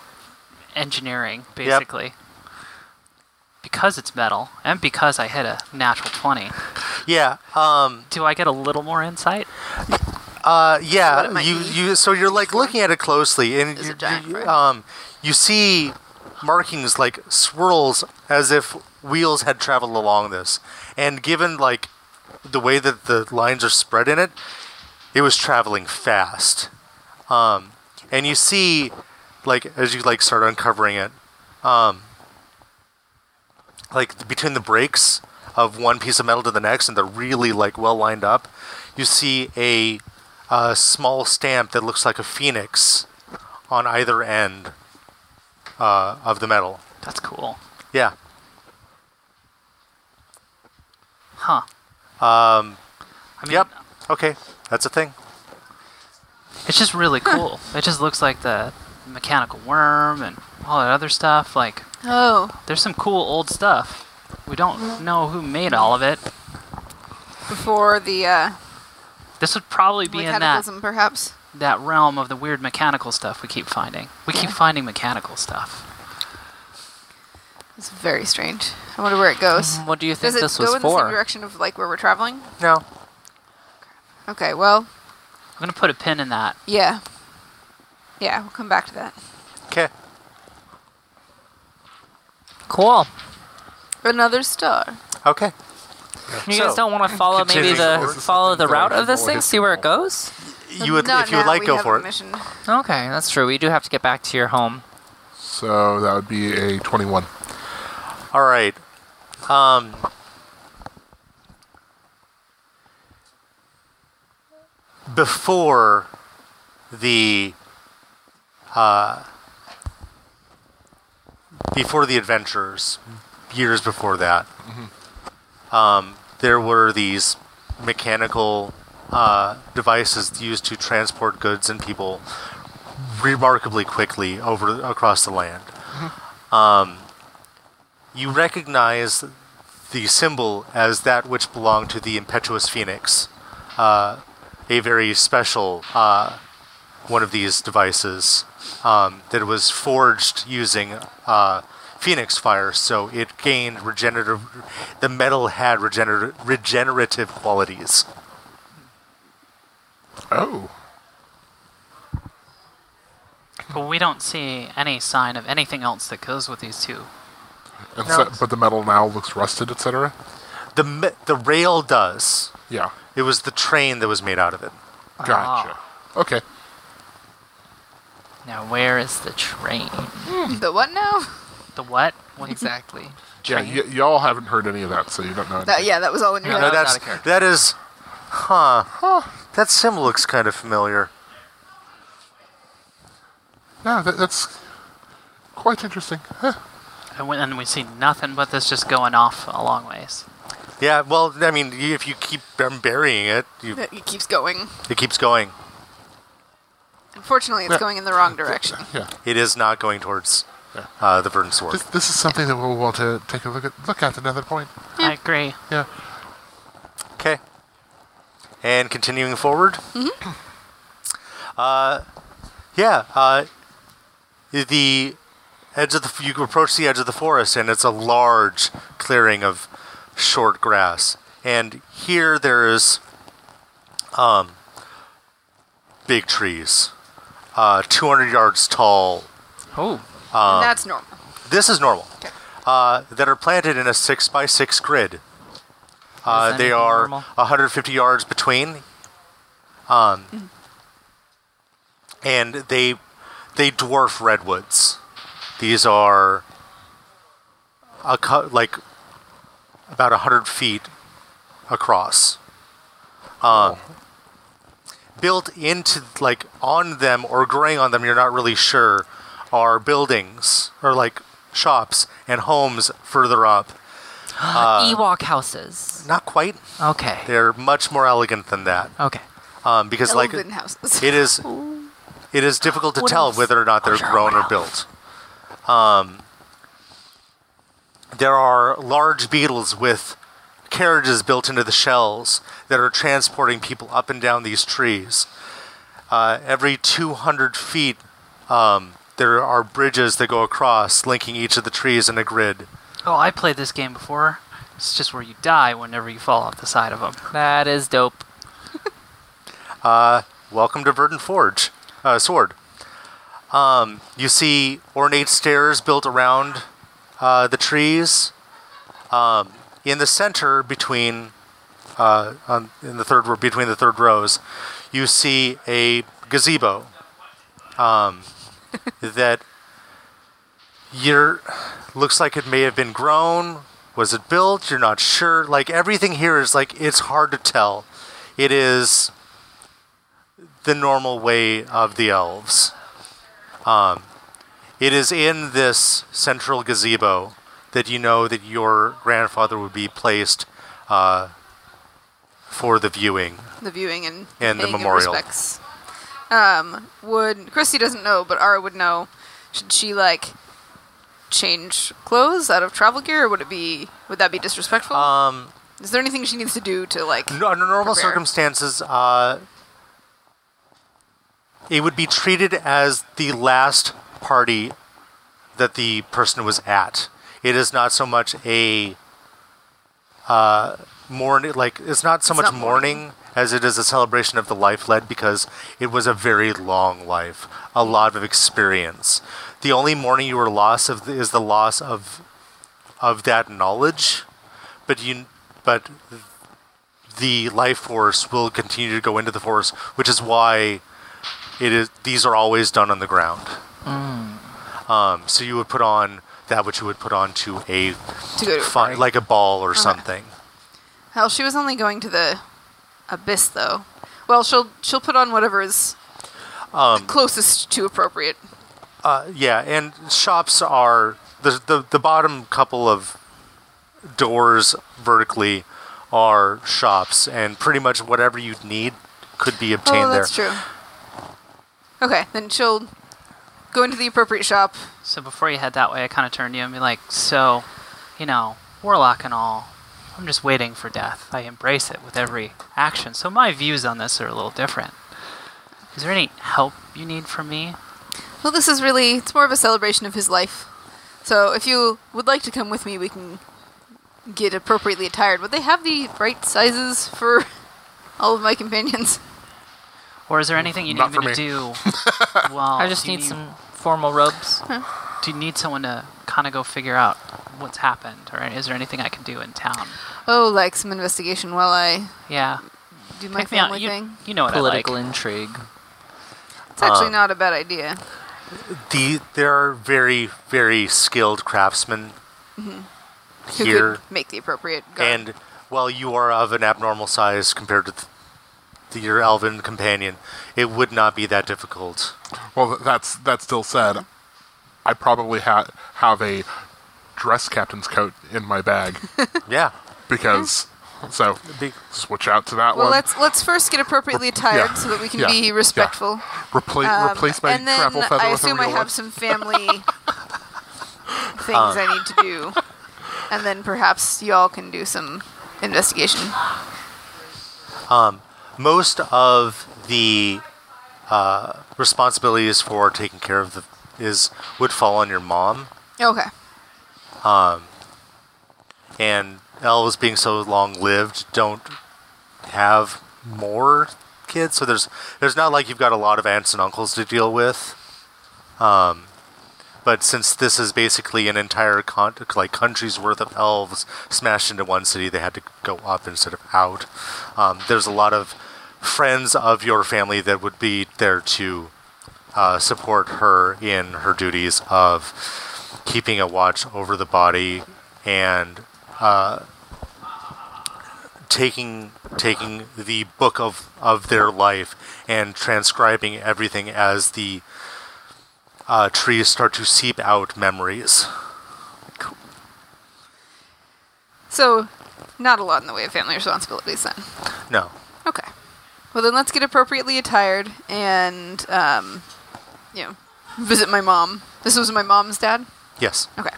S3: engineering, basically. Because it's metal, and because I hit a natural twenty,
S1: Yeah, um,
S3: do I get a little more insight?
S1: uh,
S2: what it
S1: yeah.
S2: might
S1: You,
S2: be.
S1: you. So you're like looking at it closely, and
S2: Is
S1: you,
S2: it giant
S1: you,
S2: fry?
S1: um, you see markings like swirls as if wheels had traveled along this, and given like the way that the lines are spread in it, it was traveling fast. Um, and you see, like as you like start uncovering it, um, like between the breaks of one piece of metal to the next, and they're really like well lined up. You see a, a small stamp that looks like a phoenix on either end uh, of the metal.
S3: That's cool.
S1: Yeah.
S3: Huh. Um. I mean,
S2: uh,
S1: Yep. Okay. That's a thing.
S3: It's just really cool. It just looks like the mechanical worm and all that other stuff. Like,
S2: Oh,
S3: there's some cool old stuff. We don't know who made all of it.
S2: before the uh,
S3: This would probably be in that,
S2: cataclysm, perhaps.
S3: that realm of the weird mechanical stuff we keep finding. We keep finding mechanical stuff.
S2: It's very strange. I wonder where it goes.
S5: What do you think
S2: Does it
S5: this
S2: go
S5: was
S2: in the same
S5: for?
S2: direction of like where we're traveling?
S1: No.
S2: Okay, well,
S3: I'm going to put a pin in that.
S2: yeah, yeah, we'll come back to that.
S1: Okay.
S5: Cool.
S2: Another star.
S1: Okay.
S5: You
S1: So,
S5: guys don't want to follow maybe
S1: continuing
S5: the
S4: forward.
S5: follow the route of this
S4: Forward.
S5: thing, see where it goes?
S1: You would,
S2: Not
S1: if you would
S2: now,
S1: like,
S2: we
S1: go
S2: have
S1: for
S2: a
S1: it.
S2: Mission.
S5: Okay, that's true. We do have to get back to your home.
S4: So that would be a 21.
S1: All right. Um, before the uh, before the adventures, years before that, um, there were these mechanical uh, devices used to transport goods and people remarkably quickly over across the land you recognize the symbol as that which belonged to the impetuous phoenix, uh, a very special uh, one of these devices um, that was forged using uh, phoenix fire. So it gained regenerative. The metal had regener- regenerative qualities.
S4: Oh.
S3: But we don't see any sign of anything else that goes with these two.
S4: And
S1: No.
S4: so, but the metal now looks rusted, etc.
S1: The me- the rail does.
S4: Yeah.
S1: It was the train that was made out of it.
S4: Gotcha. Okay.
S5: Now where is the train?
S2: The what now?
S3: The what? What
S5: Exactly.
S4: Yeah, y- y'all haven't heard any of that, so you don't know.
S2: That,
S4: anything.
S2: yeah, that was all in your
S5: No,
S1: No,
S2: head.
S5: was out
S1: that's
S5: of character.
S1: that is, huh? That symbol looks kind of familiar.
S4: Yeah, that, that's quite interesting. Huh.
S3: And we, and we see nothing but this just going off a long ways.
S1: Yeah, well, I mean, y- if you keep um, burying it, you,
S2: It keeps going.
S1: it keeps going.
S2: Unfortunately, it's going in the wrong direction.
S4: Yeah.
S1: It is not going towards
S4: Yeah.
S1: uh, the verdant sword.
S4: This, this is something that we'll want to take a look at look at another point.
S3: I agree.
S4: Yeah.
S1: Okay. And continuing forward. Mm-hmm. Uh, yeah. Uh, the edge of the you approach the edge of the forest, and it's a large clearing of short grass. And here there is um, big trees, uh, 200 yards tall.
S3: Oh,
S1: Uh,
S2: And that's normal.
S1: This is normal.
S2: Okay.
S1: Uh, that are planted in a six by six grid. Uh,
S5: Is
S1: they
S5: anything
S1: are
S5: normal?
S1: 150 yards between, um,
S5: Mm-hmm.
S1: and they they dwarf redwoods. These are a cu- like about 100 feet across. Um, Built into like on them or growing on them, you're not really sure, are buildings or like shops and homes further up.
S3: Uh,
S5: Ewok houses.
S1: Not quite.
S5: Okay.
S1: They're much more elegant than that.
S5: Okay.
S1: Um, because like
S2: Elven houses.
S1: it is it is difficult to
S5: What
S1: tell
S5: else? Oh,
S1: whether or not they're
S5: sure,
S1: grown
S5: what
S1: or built. Um, there are large beetles with carriages built into the shells that are transporting people up and down these trees. Uh, every 200 feet, um, there are bridges that go across, linking each of the trees in a grid.
S3: oh, I played this game before. It's just where you die whenever you fall off the side of them.
S5: That is dope.
S1: Welcome to Verdant Forge, uh, Sword. Um, you see ornate stairs built around uh, the trees. Um, in the center, between uh, on, in the third row- between the third rows, you see a gazebo. Um, that you're looks like it may have been grown. Was it built? You're not sure. Like everything here is like it's hard to tell. It is the normal way of the elves. Um, it is in this central gazebo that you know that your grandfather would be placed uh, for the viewing.
S2: the viewing and
S1: And the
S2: paying him
S1: memorial.
S2: respects. um, would Christy doesn't know, but Ara would know. Should she like change clothes out of travel gear, or would it be would that be disrespectful?
S1: Um,
S2: Is there anything she needs to do to like?
S1: n- under normal
S2: Prepare.
S1: circumstances, uh, it would be treated as the last party that the person was at. It is not so much a uh, mourning, like it's not so
S2: It's
S1: much
S2: not
S1: mourning,
S2: mourning.
S1: as it is a celebration of the life led because it was a very long life, a lot of experience. The only mourning you are lost of is the loss of of that knowledge, but you but the life force will continue to go into the force, which is why it is these are always done on the ground. Um, so you would put on that which you would put on to a
S2: To go to a
S1: fi-
S2: party.
S1: like a ball
S2: Uh-huh.
S1: or something.
S2: Hell, she was only going to the abyss, though. Well, she'll she'll put on whatever is
S1: Um,
S2: closest to appropriate.
S1: Uh, yeah, and shops are the, the the bottom couple of doors vertically are shops, and pretty much whatever you need could be obtained
S2: Oh,
S1: there.
S2: that's true. Okay, then she'll go into the appropriate shop.
S3: So before you head that way, I kind of turned to you and be like, so, you know, warlock and all, I'm just waiting for death. I embrace it with every action. So my views on this are a little different. Is there any help you need from me?
S2: Well, this is really it's more of a celebration of his life. So, if you would like to come with me, we can get appropriately attired. Would they have the right sizes for all of my companions?
S3: Or is there anything you need
S4: Not
S3: me,
S4: for
S3: to
S4: me.
S3: do? well,
S5: I just
S3: do you
S5: need some formal robes.
S3: Do you need someone to kind of go figure out what's happened, or is there anything I can do in town?
S2: Oh, like some investigation while I
S3: Yeah,
S2: do my
S3: Pick me out.
S2: family
S3: You-
S2: thing.
S3: You, know what
S5: Political
S3: I like.
S5: intrigue.
S2: It's
S4: Uh,
S2: actually not a bad idea.
S1: The there are very very skilled craftsmen
S2: Who
S1: here.
S2: could make the appropriate garb.
S1: And while you are of an abnormal size compared to, th- to your elven companion, it would not be that difficult.
S4: Well, th- that's that's still said. I probably ha- have a dress captain's coat in my bag
S1: yeah.
S4: because so
S1: Be-
S4: switch out to that
S2: Well,
S4: one.
S2: let's let's first get appropriately attired
S4: yeah,
S2: so that we can
S4: yeah,
S2: be
S4: yeah.
S2: respectful.
S4: Repla-
S2: Um,
S4: replace my
S2: and then
S4: travel feather
S2: I
S4: with a
S2: assume
S4: real
S2: I
S4: one.
S2: have some family things I need to do, and then perhaps y'all can do some investigation.
S1: Most of the uh, responsibilities for taking care of the is would fall on your mom,
S2: Okay.
S1: and elves being so long lived don't have more kids. So there's there's not like you've got a lot of aunts and uncles to deal with. Um, but since this is basically an entire con- like country's worth of elves smashed into one city, they had to go up instead of out. Um, there's a lot of friends of your family that would be there to uh, support her in her duties of keeping a watch over the body and taking taking the book of of their life and transcribing everything as the uh, trees start to seep out memories.
S2: So, not a lot in the way of family responsibilities then.
S1: No,
S2: Okay. Well, then let's get appropriately attired and, um, you know, visit my mom. This was my mom's dad?
S1: yes,
S2: Okay.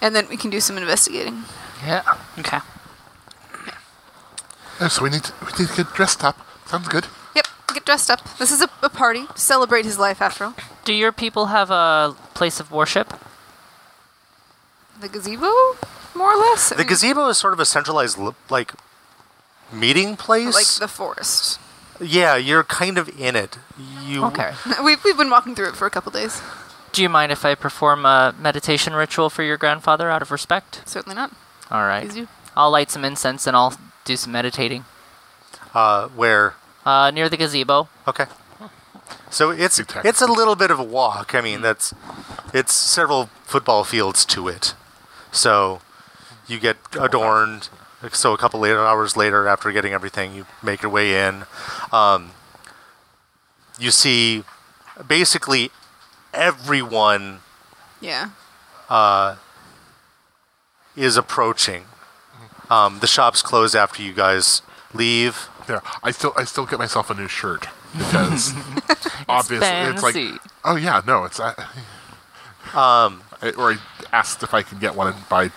S2: And then we can do some investigating.
S5: Yeah.
S3: Okay.
S4: Oh, so we need to, we need to get dressed up. Sounds good.
S2: Yep, get dressed up. This is a, a party. Celebrate his life, after all.
S5: Do your people have a place of worship?
S2: The gazebo, more or less? I
S1: the
S2: mean,
S1: gazebo is sort of a centralized li- like meeting
S2: Like
S1: place.
S2: the forest.
S1: yeah, you're kind of in it.
S3: Mm-hmm.
S1: You
S5: Okay.
S2: We've, we've been walking through it for a couple days.
S5: Do you mind if I perform a meditation ritual for your grandfather out of respect?
S2: Certainly not.
S5: All right.
S2: Please do.
S5: I'll light some incense and I'll do some meditating
S1: uh, where
S5: uh, near the gazebo.
S1: okay. So it's
S4: Detect-
S1: it's a little bit of a walk. I mean, that's it's several football fields to it. So you get adorned. So a couple later hours later, after getting everything, you make your way in. Um, you see basically everyone
S2: Yeah.
S1: is approaching. Um, the shops close after you guys leave.
S4: Yeah, I still I still get myself a new shirt. because obviously it's like,
S5: fancy.
S4: oh yeah, no, it's. Uh, um, or I asked if I could get one and buy.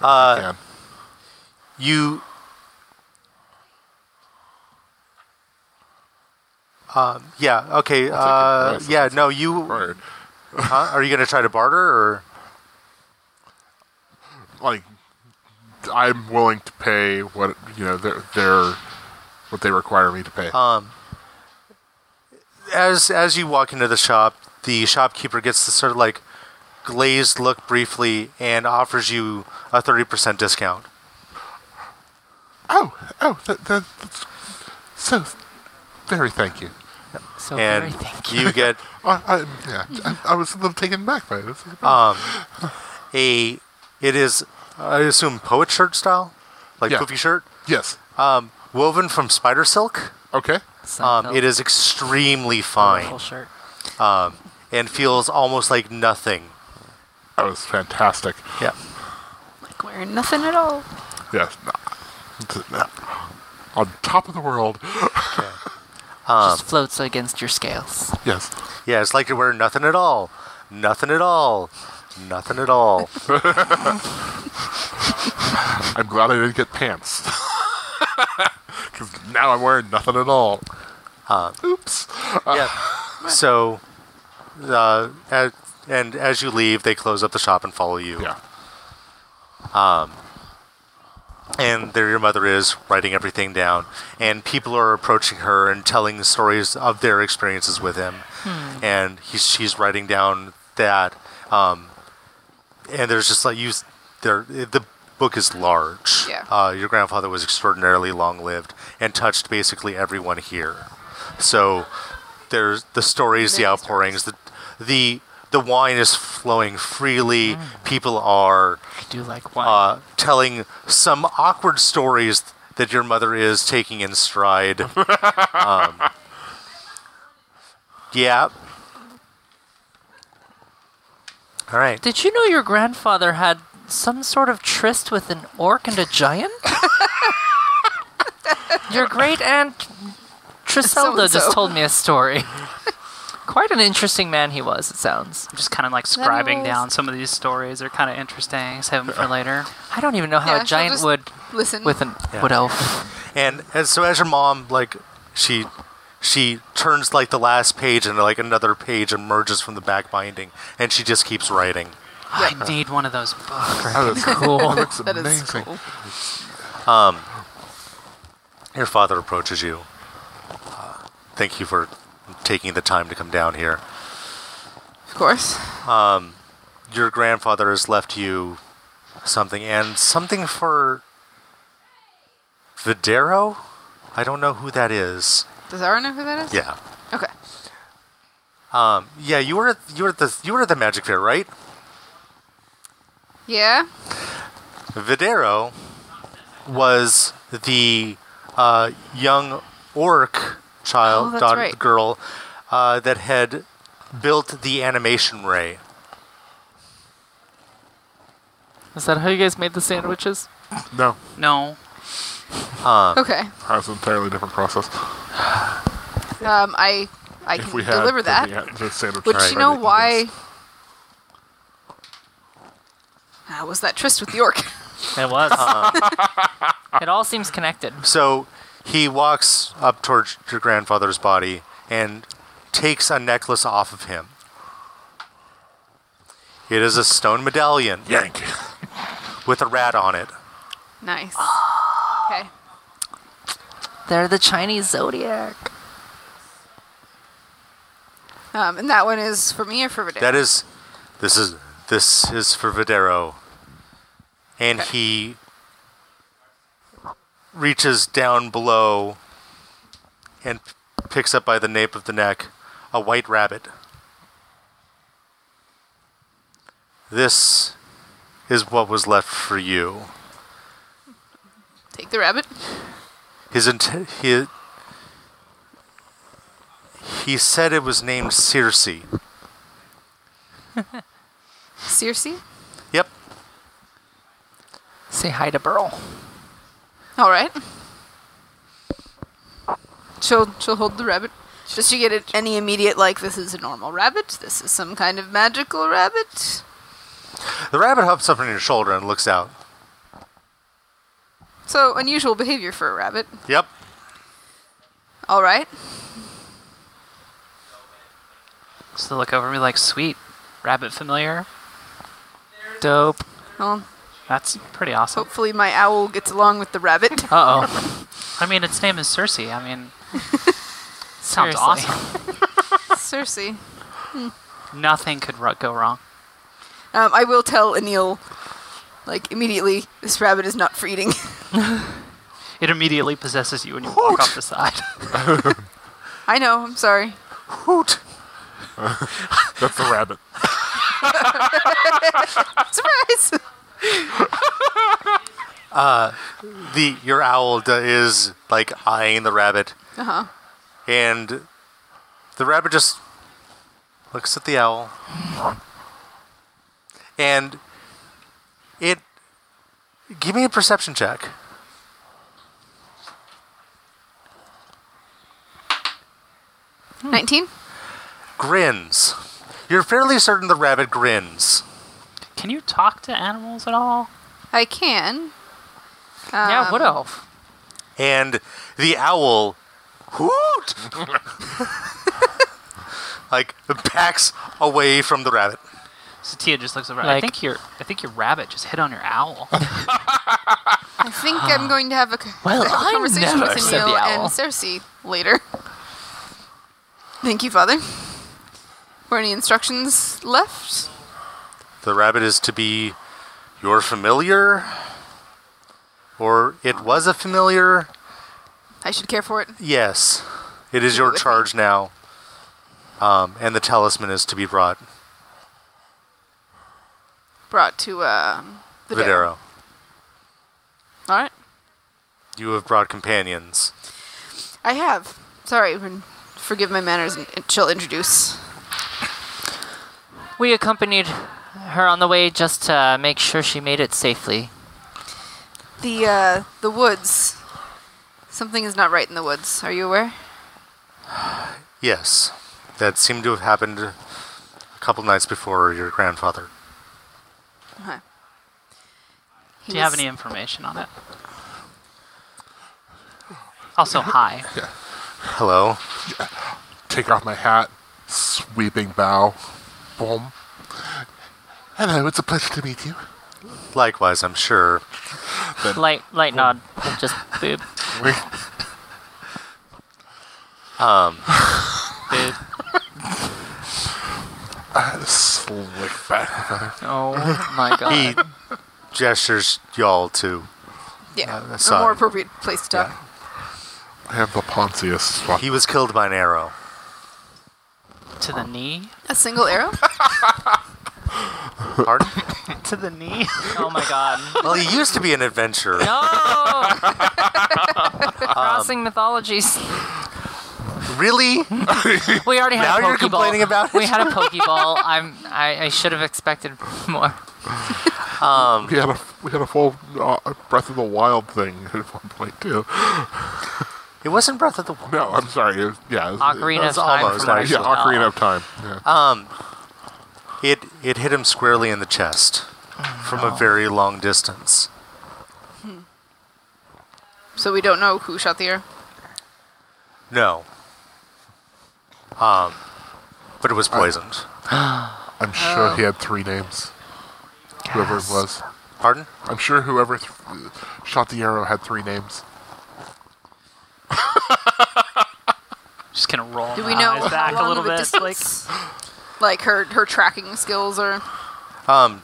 S4: Uh,
S1: you um, yeah okay uh,
S4: that's
S1: yeah no you
S4: or
S1: huh? are you gonna try to barter or
S4: like I'm willing to pay what you know their their what they require me to pay.
S1: as as you walk into the shop the shopkeeper gets the sort of like glazed look briefly and offers you a 30% discount
S4: oh, oh, that, that, that's so very thank you.
S5: So
S1: and
S5: very Oh, thank you.
S1: you get
S4: I, I, yeah, I, I was a little taken back by this.
S1: a it is i assume poet shirt style like
S4: Yeah.
S1: poofy shirt
S4: yes.
S1: um, woven from spider silk
S4: Okay.
S1: um, it is extremely fine
S5: Full shirt.
S1: and feels almost like nothing
S4: That was fantastic.
S1: yeah
S2: Like wearing nothing at all.
S4: Yes. On top of the world.
S5: Just floats against your scales.
S4: Yes.
S1: yeah it's like you're wearing nothing at all nothing at all nothing at all
S4: I'm glad I didn't get pants. Because now I'm wearing nothing at all. Oops.
S1: yeah so uh, at, and as you leave they close up the shop and follow you
S4: Yeah.
S1: and there your mother is writing everything down and people are approaching her and telling stories of their experiences with him
S2: Hmm.
S1: and he's, she's writing down that um, and there's just like you s- there the book is large
S2: Yeah.
S1: uh, your grandfather was extraordinarily long lived and touched basically everyone here so there's the stories the
S2: Many
S1: outpourings the, the the wine is flowing freely
S2: Hmm.
S1: people are
S5: I do like wine.
S1: uh, telling some awkward stories that your mother is taking in stride. um, yeah. All right.
S5: Did you know your grandfather had some sort of tryst with an orc and a giant? your great aunt Triselda
S2: So-and-so.
S5: just told me a story. Quite an interesting man he was, it sounds.
S3: I'm just kind of like scribing
S2: was-
S3: down some of these stories. They're kind of interesting. Save them for later.
S5: I don't even know how
S2: Yeah,
S5: a
S2: she'll
S5: giant
S2: just
S5: would
S2: Listen.
S5: with an
S1: Yeah.
S5: would elf.
S1: And as, so as your mom, like, she she turns like the last page and like another page emerges from the back binding and she just keeps writing
S3: I need one of those books.
S4: That is
S5: Cool.
S4: that looks
S2: that
S4: amazing.
S2: is cool.
S1: your father approaches you uh, thank you for taking the time to come down here
S2: Of course.
S1: your grandfather has left you something and something for Videro? I don't know who that is.
S2: Does Ara know who that is?
S1: Yeah.
S2: Okay.
S1: Yeah, you were at, you were at the you were at the magic fair, right?
S2: Yeah.
S1: Videro was the uh, young orc
S2: Oh,
S1: child
S2: that's
S1: daughter
S2: right.
S1: girl uh, that had built the animation ray.
S5: Is that how you guys made the sandwiches?
S4: No,
S3: No.
S1: Um,
S2: Okay.
S4: that's an entirely different process.
S2: Um, I I
S4: If
S2: can
S4: we had
S2: deliver
S4: then
S2: that.
S4: we had the sandwich
S2: Would
S1: Right.
S2: you
S4: fried
S2: know
S4: it,
S2: why?
S4: yes.
S2: Ah, was that tryst with York?
S5: It was. it all seems connected.
S1: So he walks up towards your grandfather's body and takes a necklace off of him. It is a stone medallion
S4: Yank.
S1: with a rat on it.
S2: nice. Okay.
S5: They're the Chinese zodiac.
S2: Um, and that one is for me or for Vidal?
S1: That is this is this is for Videro. And he reaches down below and picks up by the nape of the neck a white rabbit. This is what was left for you.
S2: Take the rabbit.
S1: His int- he, he said it was named Circe.
S2: Circe.
S1: Yep.
S5: Say hi to Burl.
S2: All right. she'll she'll hold the rabbit. Does she get it any immediate like this is a normal rabbit? This is some kind of magical rabbit?
S1: The rabbit hops up on your shoulder and looks out.
S2: So unusual behavior for a rabbit.
S1: Yep.
S2: All right.
S3: So they look over me like, sweet, rabbit familiar. Dope.
S2: Well,
S3: That's pretty awesome.
S2: hopefully my owl gets along with the rabbit.
S3: Uh oh. I mean, its name is Circe. I mean, sounds
S5: Seriously.
S3: awesome.
S2: Cersei.
S3: Nothing could ru- go wrong.
S2: Um, I will tell Anil, like immediately, this rabbit is not for eating.
S3: It immediately possesses you when you walk off the side.
S2: I know. I'm sorry.
S1: Hoot.
S4: That's the rabbit.
S2: Surprise!
S1: The your owl d- is like eyeing the rabbit,
S2: Uh huh.
S1: and the rabbit just looks at the owl, and it. Give me a perception check.
S2: Nineteen.
S1: Grins. You're fairly certain the rabbit grins.
S3: Can you talk to animals at all?
S2: I can.
S5: yeah, what
S2: Um,
S5: elf?
S1: and the owl hoot like backs away from the rabbit
S3: So Tia just looks over. I
S5: Like-
S3: think your I think your rabbit just hit on your owl.
S2: I think I'm going to have a, c-
S5: Well,
S2: have a
S5: I
S2: conversation
S5: never
S2: with
S5: said
S2: Anil
S5: the
S2: and
S5: owl.
S2: Cersei later. Thank you, Father. Were any instructions left?
S1: the rabbit is to be your familiar or it was a familiar
S2: I should care for it.
S1: yes it is your charge now um, and the talisman is to be brought
S2: Brought to uh, the
S1: Videro.
S2: All right.
S1: you have brought companions
S2: I have. Sorry, and forgive my manners, and and she'll introduce.
S5: We accompanied her on the way just to make sure she made it safely.
S2: The uh, the woods. Something is not right in the woods. Are you aware?
S1: yes that seemed to have happened a couple nights before your grandfather
S2: Okay. He
S3: Do you have
S2: was-
S3: any information on it? Also, hi.
S1: hello
S4: Take off my hat, sweeping bow, boom. Hello, it's a pleasure to meet you.
S1: likewise i'm sure
S5: Light, light nod. Just boob, boob.
S4: Slick back.
S5: Oh my
S1: he
S5: god.
S1: gestures y'all to.
S2: Yeah, a
S1: sorry.
S2: more appropriate place to talk.
S4: I have the Pontius. Well,
S1: He was killed by an arrow.
S3: To the knee.
S2: A single arrow.
S1: Pardon?
S3: To the knee.
S5: Oh my god.
S1: well, he used to be an adventurer.
S5: No.
S1: Um,
S5: Crossing mythologies.
S1: Really?
S5: We already had
S1: Now
S5: a
S1: you're
S5: pokeball.
S1: complaining about
S5: we
S1: it?
S5: had a pokeball. I'm. I, I should have expected more.
S4: we had a we had a full uh, Breath of the Wild thing at one point too.
S1: It wasn't Breath of the Wild.
S4: No, I'm sorry. It was- yeah, it was-
S5: Ocarina of
S1: That's
S5: time. Uh,
S1: almost
S5: from
S4: Yeah,
S1: actually.
S5: Marshall.
S4: Ocarina of Time. Yeah.
S1: Um, It it hit him squarely in the chest from a very long distance.
S2: So we don't know who shot the arrow.
S1: No. Um, but it was poisoned.
S5: uh,
S4: I'm sure he had three names.
S5: Oh,
S4: Whoever it was.
S1: Pardon?
S4: I'm sure whoever th- shot the arrow had three names.
S3: Just gonna roll.
S2: Do
S3: my
S2: we know
S3: eyes back
S2: how long
S3: a little
S2: of a
S3: bit? Like,
S2: distance? Like, her her tracking skills are
S1: Um,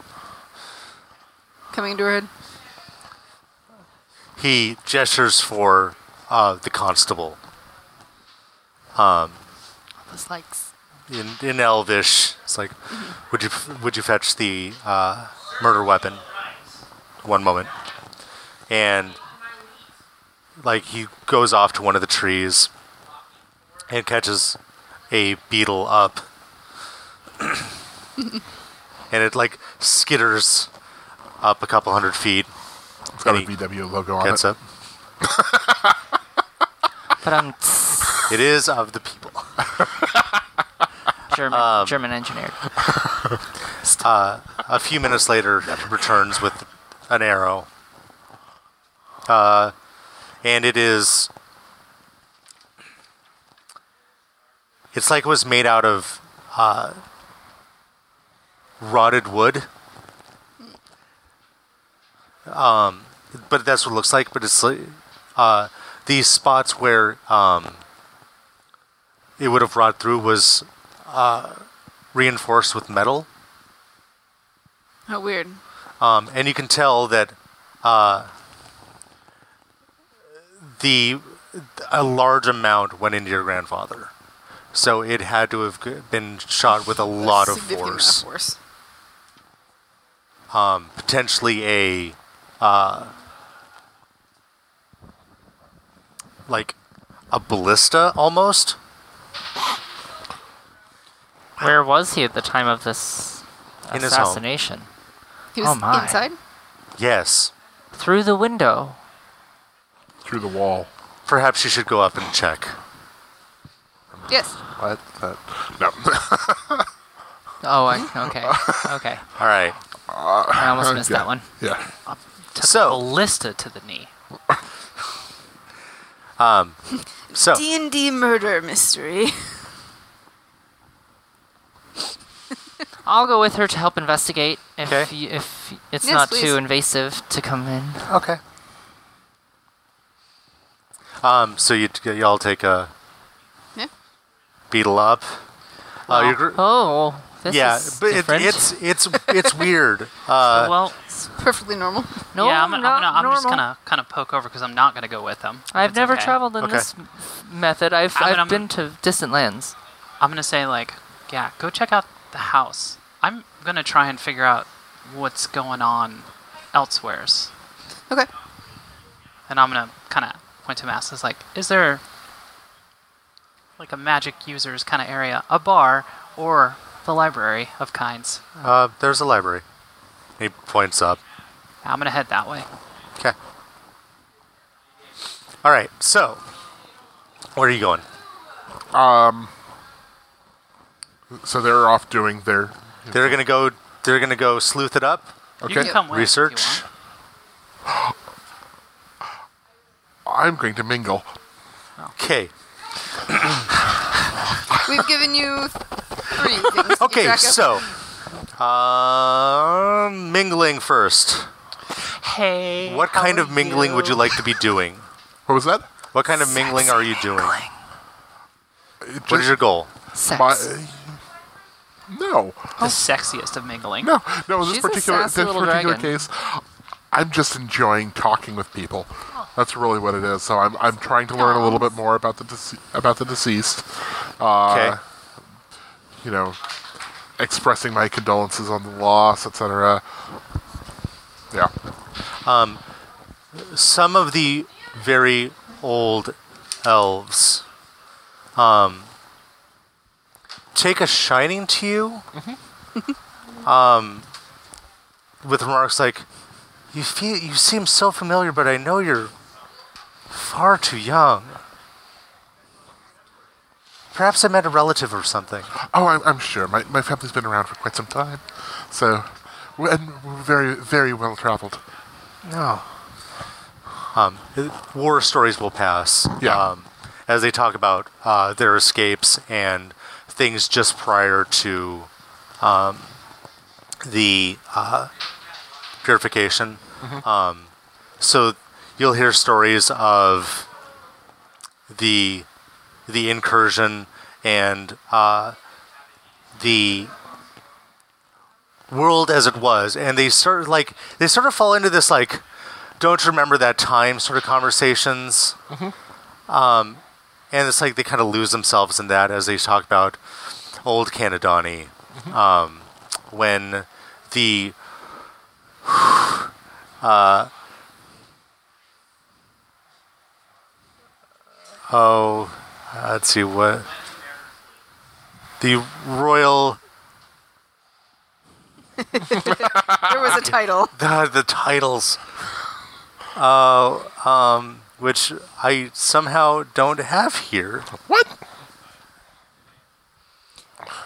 S2: coming into her head.
S1: he gestures for uh, the constable
S5: It's like s-
S1: in, in Elvish. It's like, would you would you fetch the uh, murder weapon? One moment, and like he goes off to one of the trees and catches a beetle up, and it like skitters up a couple hundred feet.
S4: It's got a
S1: Any-
S4: VW logo on
S1: Gets
S4: it.
S1: up.
S5: But I'm.
S1: It is of the people.
S5: German,
S1: Um,
S5: German engineered.
S1: A few minutes later, he returns with an arrow. Uh, and it is. It's like it was made out of uh, rotted wood. Um, Um, but that's what it looks like. But it's like, uh, these spots where um, it would have rot through was uh, reinforced with metal.
S2: How weird.
S1: Um, and you can tell that uh, the a large amount went into your grandfather, so it had to have g- been shot with a lot of
S2: Significant amount
S1: force,
S2: force.
S1: potentially a uh, like a ballista almost.
S5: Where was he at the time of this
S1: In his home.
S5: assassination?
S2: He
S5: Oh
S2: was
S5: my.
S2: inside.
S1: Yes,
S5: Through the window.
S4: through the wall.
S1: perhaps you should go up and check.
S2: Yes.
S4: What? That, no.
S5: Oh, I, okay, okay.
S1: All right.
S5: I almost missed
S4: Yeah.
S5: that one.
S4: yeah.
S1: So
S3: Ballista to the knee.
S1: so
S2: D and D murder mystery.
S5: I'll go with her to help investigate if
S1: Okay.
S5: you, if it's
S2: Yes,
S5: not
S2: please.
S5: too invasive to come in.
S1: Okay. Um, so you y'all take a
S2: Yeah.
S1: beetle up. Uh, your gr-
S5: Oh, this
S1: yeah,
S5: is
S1: but it,
S5: different.
S1: it's it's it's weird. Uh,
S3: well,
S2: It's perfectly normal.
S5: no,
S3: yeah, I'm, gonna- I'm,
S5: not
S3: gonna, I'm just
S5: normal.
S3: gonna kind of poke over because I'm not gonna go with them. if
S5: I've
S3: it's
S5: never
S3: okay.
S5: traveled in
S1: Okay.
S5: this m- method. I've
S3: I'm
S5: I've
S3: gonna-
S5: been to distant lands.
S3: I'm gonna say like, yeah, go check out the house. I'm gonna try and figure out what's going on elsewheres,
S2: Okay.
S3: and I'm gonna kind of point to masses like, is there like a magic users kind of area, a bar, or the library of kinds?
S1: uh, there's a library. He points up.
S3: I'm gonna head that way.
S1: Okay. All right. So, where are you going?
S4: So they're off doing their.
S1: They're gonna go. They're gonna go sleuth it up.
S3: You
S4: Okay.
S3: can come with if you
S1: Research.
S3: want.
S4: I'm going to mingle.
S1: Okay.
S2: We've given you three things. to keep
S1: Okay.
S2: track of.
S1: So, uh, mingling first.
S3: Hey.
S1: What
S3: how
S1: kind
S3: are
S1: of mingling would you like to be doing?
S4: What was that?
S1: What kind of mingling are you doing? What
S4: It
S1: is
S4: just-
S1: your goal?
S5: Sex.
S4: my- no.
S3: The sexiest of mingling.
S4: No, no. In this
S5: She's a
S4: particular this
S5: sassy little
S4: particular
S5: dragon.
S4: case, I'm just enjoying talking with people. That's really what it is. So I'm, I'm trying to learn a little bit more about the dece- about the deceased.
S1: Okay.
S4: You know, expressing my condolences on the loss, etc. Yeah.
S1: Some of the very old elves um, take a shining to you um, with remarks like, you, feel, you seem so familiar, but I know you're far too young. Perhaps I met a relative or something.
S4: Oh, I'm, I'm sure. My my family's been around for quite some time, so we- and we're very very well traveled.
S1: No. Um, war stories will pass.
S4: Yeah.
S1: Um, as they talk about uh, their escapes and things just prior to um, the uh, purification. Um, so you'll hear stories of the the incursion and uh, the world as it was, and they sort of like they sort of fall into this like don't remember that time sort of conversations. Um, and it's like they kind of lose themselves in that as they talk about old Canadani, um, when the uh, oh, let's see what the royal
S2: there was a title.
S1: God, the titles. Oh, Uh, um, which I somehow don't have here.
S4: What?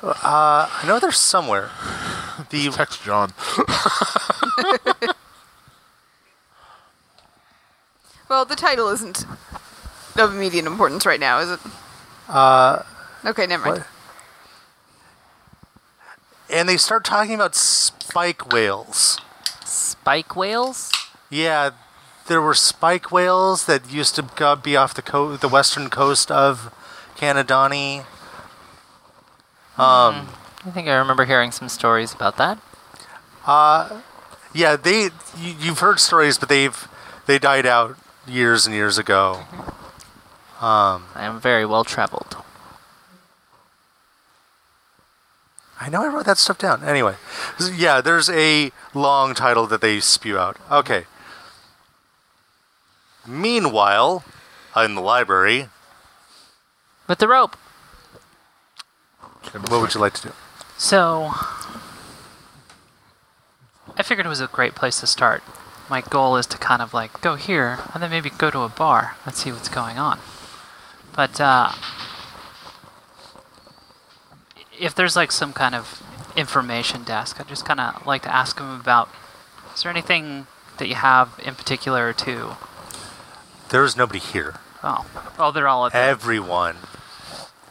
S1: Uh, I know they're somewhere. The
S4: Text John.
S2: Well, the title isn't of immediate importance right now, is it? Uh. Okay, never mind.
S1: what? and they start talking about spike whales.
S5: Spike whales?
S1: Yeah, there were spike whales that used to go- be off the co- the western coast of Canadani.
S5: I think I remember hearing some stories about that.
S1: Yeah, they you, you've heard stories, but they've they died out years and years ago.
S5: I am very well traveled.
S1: I know I wrote that stuff down. Anyway, s- yeah, there's a long title that they spew out. Okay. Meanwhile, in the library,
S5: With the rope.
S1: what would you like to do?
S3: So, I figured it was a great place to start. My goal is to kind of like go here and then maybe go to a bar and see what's going on. But uh, if there's like some kind of information desk, I just kind of like to ask them about is there anything that you have in particular to.
S1: There's nobody here.
S3: Oh, oh, they're all at the-
S1: Everyone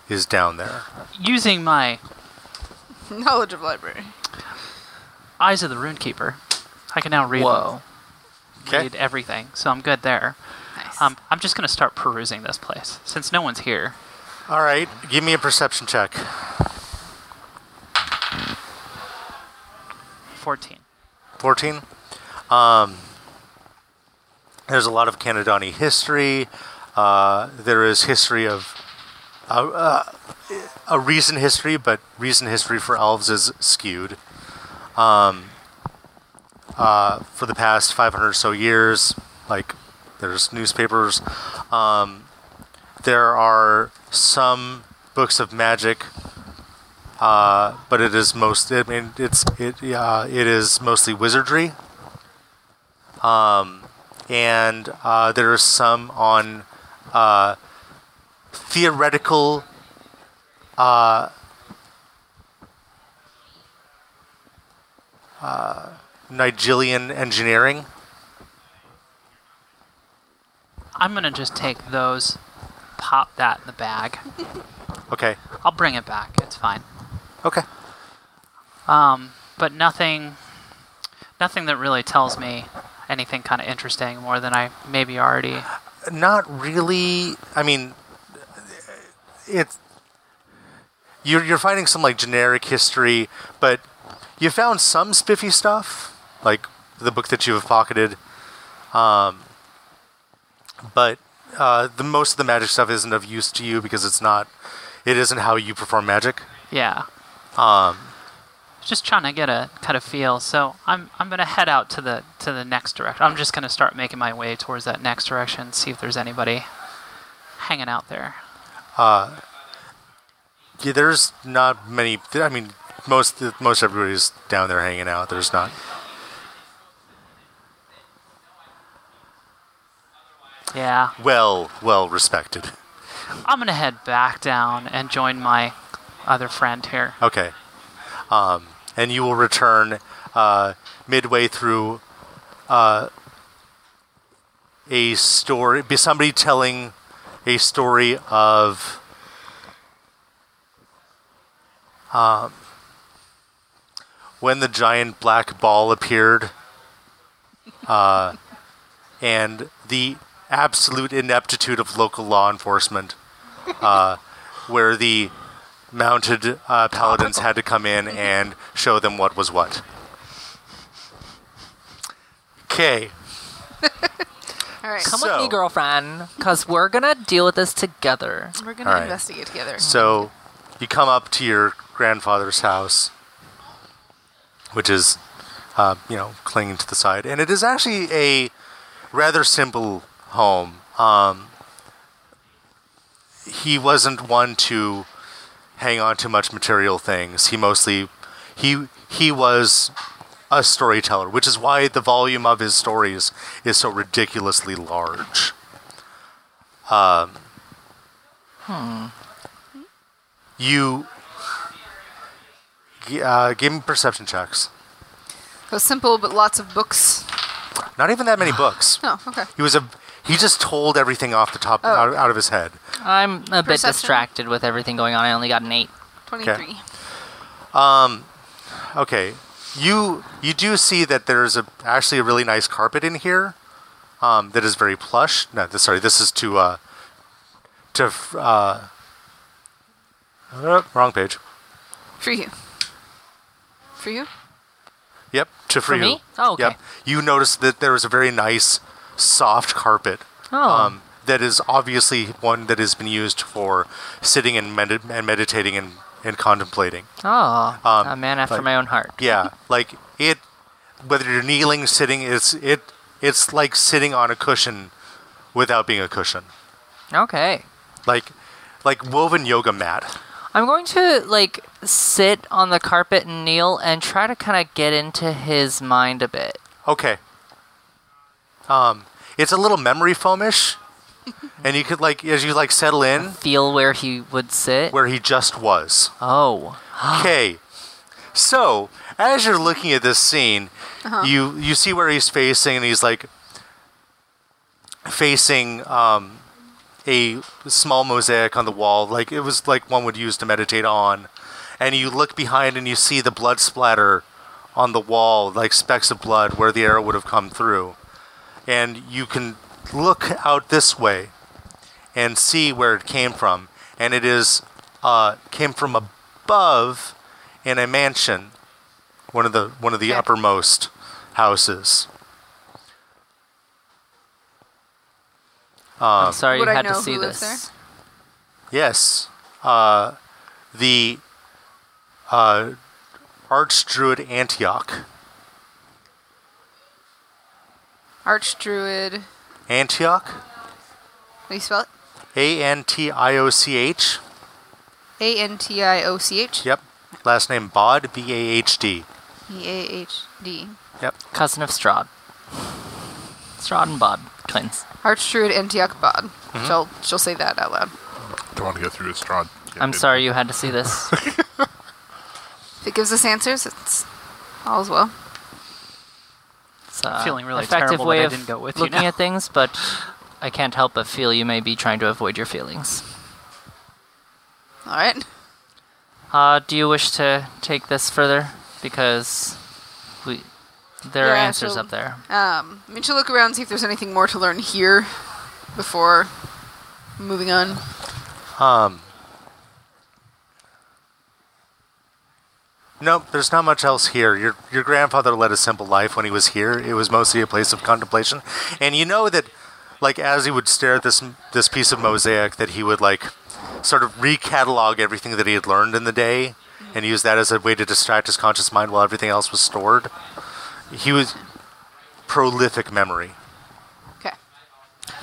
S1: is down there.
S3: using my
S2: Knowledge of library.
S3: eyes of the runekeeper. I can now read
S5: Whoa.
S1: Okay.
S3: read everything, so I'm good there.
S2: Nice.
S3: Um, I'm just gonna start perusing this place since no one's here.
S1: All right, give me a perception check.
S3: 14.
S1: 14. Um, there's a lot of Canadani history. Uh, there is history of uh, uh, a recent history, but recent history for elves is skewed. Um, uh, for the past 500 or so years, like there's newspapers. Um, there are some books of magic but it is most. I mean, it's it. Yeah, it is mostly wizardry. Um, and uh, there are some on uh, theoretical. Uh, uh, Nigelian engineering.
S3: I'm gonna just take those, pop that in the bag.
S1: Okay.
S3: I'll bring it back. It's fine.
S1: Okay.
S3: But nothing, nothing that really tells me anything kind of interesting more than I maybe already.
S1: not really. I mean, it's you're you're finding some like generic history, but you found some spiffy stuff, like the book that you have pocketed. Um, but uh, the most of the magic stuff isn't of use to you because it's not. It isn't how you perform magic.
S3: Yeah. Um. Just trying to get a kind of feel. So I'm I'm gonna head out to the to the next direction. I'm just gonna start making my way towards that next direction. See if there's anybody hanging out there.
S1: Yeah, there's not many. I mean, most most everybody's down there hanging out. There's not.
S3: Yeah.
S1: Well, well respected.
S3: I'm gonna head back down and join my other friend here.
S1: Okay. Um, and you will return uh, midway through uh, a story, be somebody telling a story of. Um, when the giant black ball appeared, uh, and the absolute ineptitude of local law enforcement, uh, where the mounted uh, paladins had to come in and show them what was what. Okay.
S2: All right.
S5: Come
S1: So-
S5: with me, girlfriend, because we're going to deal with this together.
S2: We're gonna
S1: All right.
S2: investigate together.
S1: So you come up to your grandfather's house, which is, uh, you know, clinging to the side. And it is actually a rather simple home. Um, he wasn't one to hang on to much material things. He mostly, he, he was a storyteller, which is why the volume of his stories is so ridiculously large. You g- uh, give me perception checks.
S2: So simple, but lots of books.
S1: Not even that many books.
S2: Oh, okay.
S1: He was a he just told everything off the top
S2: Oh,
S1: out,
S2: okay.
S1: out of his head.
S5: I'm a bit
S2: Perception.
S5: distracted with everything going on. I only got an eight.
S2: 23.
S1: Okay. You you do see that there's a actually a really nice carpet in here, um, that is very plush. No, th- sorry, this is to uh, to f- uh, uh, wrong page.
S2: For you. For you?
S1: Yep, to for,
S5: For
S1: you.
S5: me? Oh, okay.
S1: Yep. You notice that there is a very nice soft carpet.
S5: Oh.
S1: Um, that is obviously one that has been used for sitting and, medi- and meditating and, and contemplating.
S5: Oh,
S1: Um,
S5: a man after
S1: like-
S5: my own heart.
S1: Yeah, like it. Whether you're kneeling, sitting, it's it. It's like sitting on a cushion, without being a cushion.
S5: Okay.
S1: Like, like woven yoga mat.
S5: I'm going to like sit on the carpet and kneel and try to kind of get into his mind a bit.
S1: Okay. Um, it's a little memory foamish, and you could like as you like settle in
S5: Feel where he would sit.
S1: where he just was.
S5: Oh.
S1: Okay. So, as you're looking at this scene, you you see where he's facing, and he's like facing um, a small mosaic on the wall, like it was like one would use to meditate on. And you look behind, and you see the blood splatter on the wall, like specks of blood where the arrow would have come through. And you can look out this way and see where it came from, and it is uh, came from above in a mansion, one of the one of the
S2: Okay.
S1: uppermost houses.
S5: I'm sorry
S2: Would
S5: you
S2: I
S5: had to
S2: know
S5: see
S2: who lives
S5: this.
S1: Yes, uh, the uh, Archdruid Antioch.
S2: Archdruid.
S1: Antioch,
S2: How do you spell it?
S1: A N T I O C H.
S2: A N T I O C H?
S1: Yep. Last name Bod, B A H D.
S2: E A H D.
S1: Yep.
S5: Cousin of Strahd. Strahd and Bod, twins.
S2: Archdruid Antioch Bod. She'll, she'll say that out loud.
S4: Don't want to go through his strong.
S5: I'm sorry you had to see this.
S2: If it gives us answers, it's all's well.
S5: It's a
S3: Feeling really
S5: effective
S3: terrible
S5: way
S3: that I
S5: of
S3: didn't go with you
S5: looking
S3: now.
S5: at things, but I can't help but feel you may be trying to avoid your feelings.
S2: All right.
S5: Uh, do you wish to take this further? Because we there are
S2: Yeah,
S5: answers
S2: so-
S5: up there.
S2: Um, I mean, she'll look around see if there's anything more to learn here before moving on.
S1: Nope, there's not much else here. Your your grandfather led a simple life when he was here. It was mostly a place of contemplation, and you know that, like as he would stare at this this piece of mosaic, that he would like sort of recatalog everything that he had learned in the day, and use that as a way to distract his conscious mind while everything else was stored. He was prolific memory.
S2: Okay.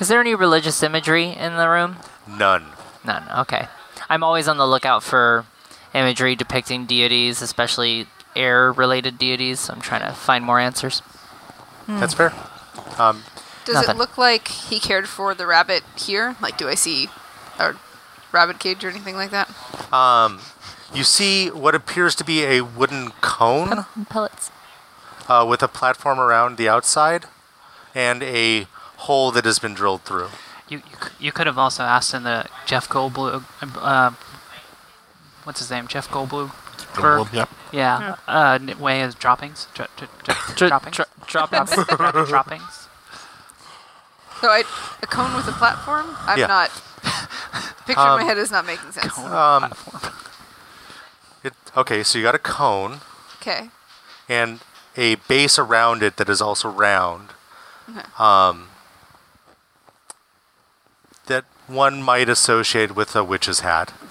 S5: Is there any religious imagery in the room?
S1: None.
S5: None. Okay. I'm always on the lookout for imagery depicting deities, especially air-related deities. So I'm trying to find more answers.
S1: That's fair.
S2: Does
S5: Nothing.
S2: it look like he cared for the rabbit here? Like, do I see a rabbit cage or anything like that?
S1: You see what appears to be a wooden cone.
S5: Pellets.
S1: uh, with a platform around the outside and a hole that has been drilled through.
S3: You, you, c- you could have also asked in the Jeff Goldblum. Uh, what's his name? Jeff Goldblum. Berg?
S4: Yep.
S3: Yeah. Uh, n- way of droppings. Dr- dr- dr- droppings.
S5: droppings.
S3: Dro- droppings.
S2: So I, a cone with a platform? I'm
S1: Yeah.
S2: not. Picture in my head is not making sense.
S1: Um, it, okay, so you got a cone
S2: Okay.
S1: and a base around it that is also round.
S2: Okay.
S1: Um, that one might associate with a witch's hat.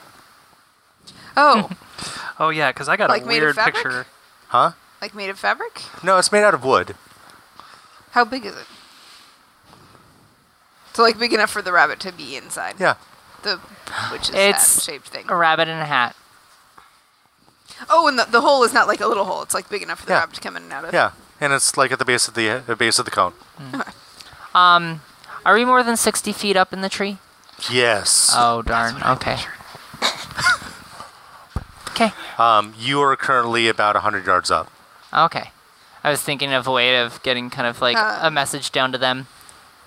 S2: Oh,
S3: Oh yeah, because I got
S2: Like
S3: a
S2: made of
S3: weird
S2: fabric?
S3: picture.
S1: Huh?
S2: like made of fabric?
S1: No, it's made out of wood.
S2: How big is it? So like big enough for the rabbit to be inside.
S1: Yeah.
S2: The which is
S5: It's-
S2: that shaped thing.
S5: A rabbit in a hat.
S2: Oh, and the, the hole is not like a little hole. It's like big enough for the
S1: Yeah.
S2: rabbit to come in and out of.
S1: Yeah. And it's like at the base of the, the base of the cone.
S5: Um, are we more than 60 feet up in the tree?
S1: Yes.
S5: Oh darn. Okay. okay.
S1: Um, you are currently about 100 yards up.
S5: Okay. I was thinking of a way of getting kind of like
S2: Uh,
S5: a message down to them.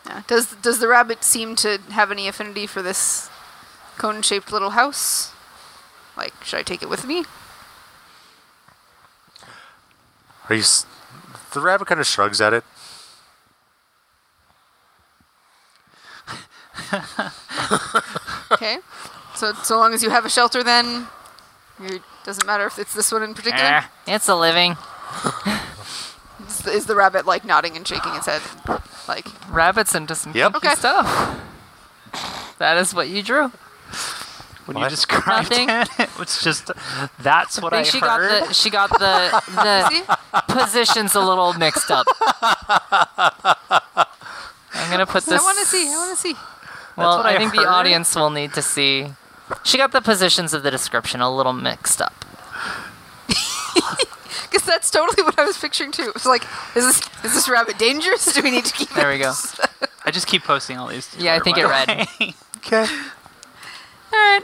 S2: Yeah. Does does the rabbit seem to have any affinity for this cone-shaped little house? Like, should I take it with me?
S1: Are you? s- The rabbit kind of shrugs at it.
S2: Okay. so so long as you have a shelter, then it doesn't matter if it's this one in particular.
S5: Eh, it's a living.
S2: Is the, is the rabbit like nodding and shaking its head? Like,
S5: Rabbits and just some
S1: Yep.
S5: kinky
S2: Okay.
S5: stuff. That is what you drew.
S6: When
S1: What?
S6: you described
S5: Nothing.
S6: it, it's just that's what I,
S5: think she
S6: heard.
S5: got the she got the the
S2: see,
S5: positions a little mixed up. I'm gonna put this.
S2: I want to see. I want to see.
S5: Well,
S6: what
S5: I
S6: I
S5: think the
S6: heard.
S5: audience will need to see. She got the positions of the description a little mixed up.
S2: Because that's totally what I was picturing too. It was like, is this is this rabbit dangerous? Do we need to keep
S5: There
S2: it?
S5: we go.
S3: I just keep posting all these. to
S5: Yeah, I think it
S3: everyone.
S5: read.
S1: Okay.
S2: All right.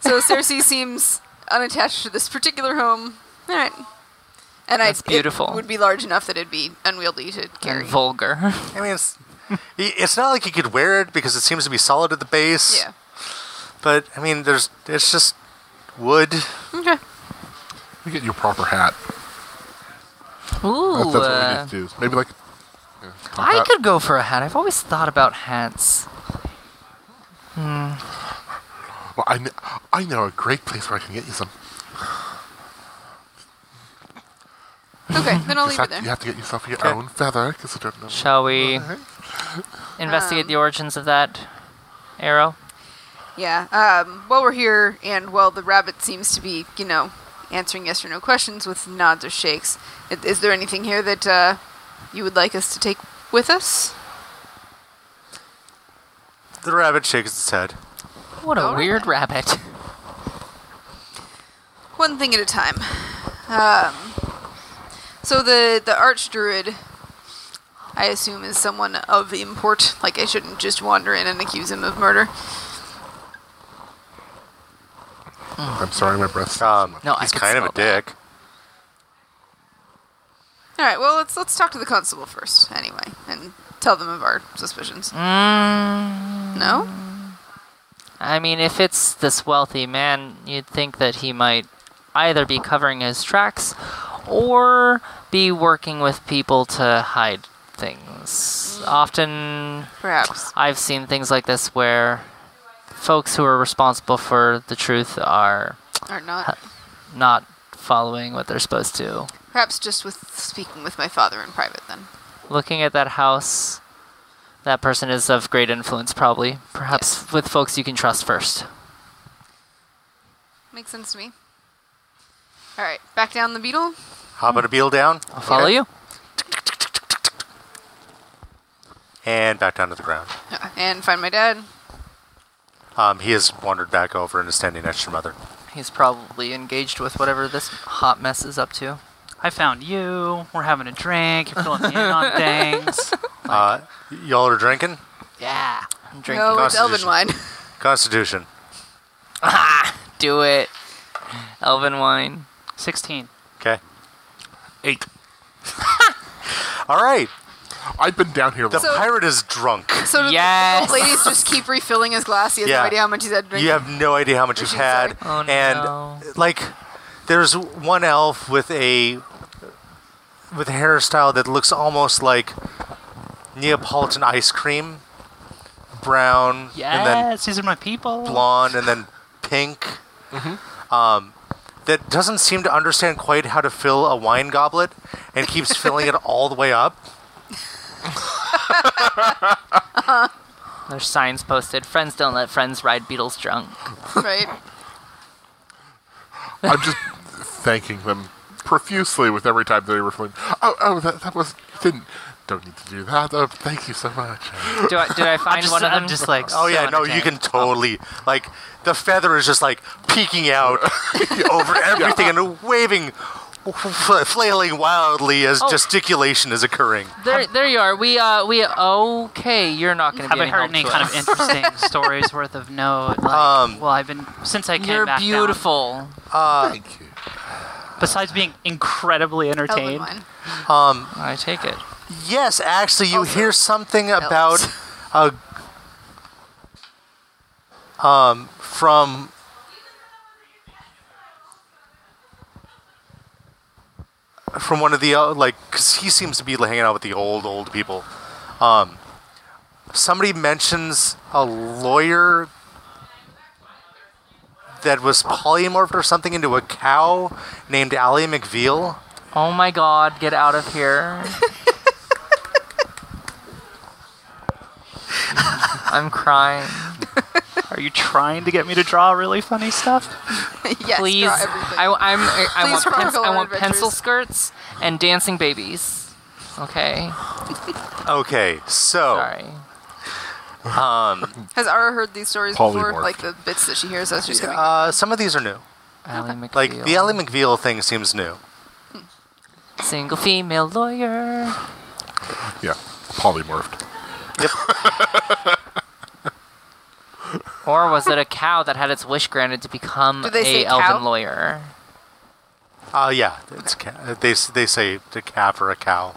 S2: So Cersei seems unattached to this particular home. All right. And
S5: That's
S2: I,
S5: beautiful.
S2: It would be large enough that it'd be unwieldy to carry.
S5: Vulgar.
S1: I mean, it's i- it's not like you could wear it because it seems to be solid at the base.
S2: Yeah.
S1: But I mean, there's it's just wood.
S2: Okay.
S4: You get you a proper hat.
S5: Ooh.
S4: That's, that's what we
S5: uh,
S4: need to do. Maybe like. yeah, top
S5: I
S4: hat.
S5: could go for a hat. I've always thought about hats.
S4: Well, I, kn- I know a great place where I can get you some.
S2: Okay. Then I'll leave
S4: Just have
S2: it
S4: to- you
S2: there.
S4: have to get yourself your own feather because I don't know.
S5: Shall we investigate
S2: Um,
S5: the origins of that arrow?
S2: Yeah. Um, while we're here, and while the rabbit seems to be, you know, answering yes or no questions with nods or shakes, i- is there anything here that uh, you would like us to take with us?
S1: The rabbit shakes its head.
S5: What a
S2: All right
S5: weird
S2: then.
S5: rabbit.
S2: One thing at a time. Um, so the the arch druid, I assume, is someone of import. Like I shouldn't just wander in and accuse him of murder.
S4: I'm sorry, my breath.
S1: Um,
S5: No, I
S1: he's
S5: could
S1: kind of a
S5: smell that.
S1: dick.
S2: All right. Well, let's let's talk to the constable first, anyway, and tell them of our suspicions. No.
S5: I mean, if it's this wealthy man, you'd think that he might either be covering his tracks or be working with people to hide things. Often,
S2: Perhaps.
S5: I've seen things like this where folks who are responsible for the truth are
S2: Or not.
S5: not following what they're supposed to.
S2: Perhaps just with speaking with my father in private, then.
S5: Looking at that house, that person is of great influence, probably. Perhaps with folks you can trust first.
S2: Makes sense to me. All right. Back down the beetle.
S1: Hop on a beal down
S5: I'll follow you.
S1: and back down to the ground.
S2: Yeah, And find my dad.
S1: Um, he has wandered back over and is standing next to your mother.
S5: He's probably engaged with whatever this hot mess is up to.
S3: I found you. We're having a drink. You're filling me in on things.
S1: Uh, y'all are drinking.
S5: Yeah. I'm drinking.
S2: No, it's elven
S1: Constitution.
S2: wine.
S1: Constitution.
S5: Ah, Do it. Elven wine.
S3: Sixteen.
S1: Okay.
S4: Eight.
S1: All right.
S4: I've been down here.
S1: The
S4: long.
S2: So-
S1: pirate is drunk.
S2: So do
S5: Yes.
S2: the old ladies just keep refilling his glass. He has
S1: Yeah.
S2: no idea how much he's had to drink.
S1: You have no idea how much you've
S2: Which is
S1: had.
S5: like- Oh,
S1: and
S5: no.
S1: like there's one elf with a with a hairstyle that looks almost like Neapolitan ice cream. Brown and then
S3: Yes, these are my people.
S1: blonde and then pink. Um that doesn't seem to understand quite how to fill a wine goblet and keeps filling it all the way up.
S5: There's signs posted. Friends don't let friends ride beetles drunk.
S2: Right.
S4: I'm just thanking them profusely with every time they were filming. Oh, oh, that, that was didn't. Don't need to do that. Oh, thank you so much.
S5: Do I, did I
S3: I'm
S5: find
S3: just,
S5: one of them?
S3: I'm just like.
S1: Oh yeah,
S3: so
S1: no, you
S3: entertained.
S1: can totally like the feather is just like peeking out over everything and waving fl- flailing wildly as
S5: Oh.
S1: gesticulation is occurring.
S5: There, there you are. We, uh, we. Okay, you're not going to
S3: Have
S5: be
S3: I
S5: any
S3: heard
S5: help
S3: any
S5: to
S3: kind of
S5: us.
S3: interesting stories worth of note? Like,
S1: Um,
S3: well, I've been since I came
S5: You're
S3: back. down,
S5: beautiful.
S4: Thank you.
S3: besides being incredibly
S2: Hell of
S3: entertained,
S2: mine.
S5: I take it.
S1: Yes, actually, you
S2: Also,
S1: hear something about
S2: elves.
S1: a, um, um, from from one of the uh, like because he seems to be hanging out with the old old people. Um, somebody mentions a lawyer that was polymorphed or something into a cow named Allie McVeal.
S5: Oh my god, get out of here. I'm crying.
S3: are you trying to get me to draw really funny stuff?
S2: yes,
S5: Please.
S2: draw everything.
S5: I, I'm, I, I
S2: Please
S5: want,
S2: chronicle
S5: pens- I
S2: our
S5: want pencil
S2: adventures.
S5: skirts and dancing babies. Okay,
S1: Okay, so.
S5: sorry.
S2: Has Ara heard these stories before?
S4: Polymorph.
S2: Like the bits that she hears as she's coming.
S1: Uh, some of these are new.
S5: Ally McBeal.
S1: Like the Ellie McVeal thing seems new.
S5: Single female lawyer.
S4: Yeah, polymorphed.
S5: Or was it a cow that had its wish granted to become
S2: Did they say
S5: a elven
S2: cow?
S5: lawyer?
S1: Uh, yeah, it's ca- they s- they say a calf or a cow.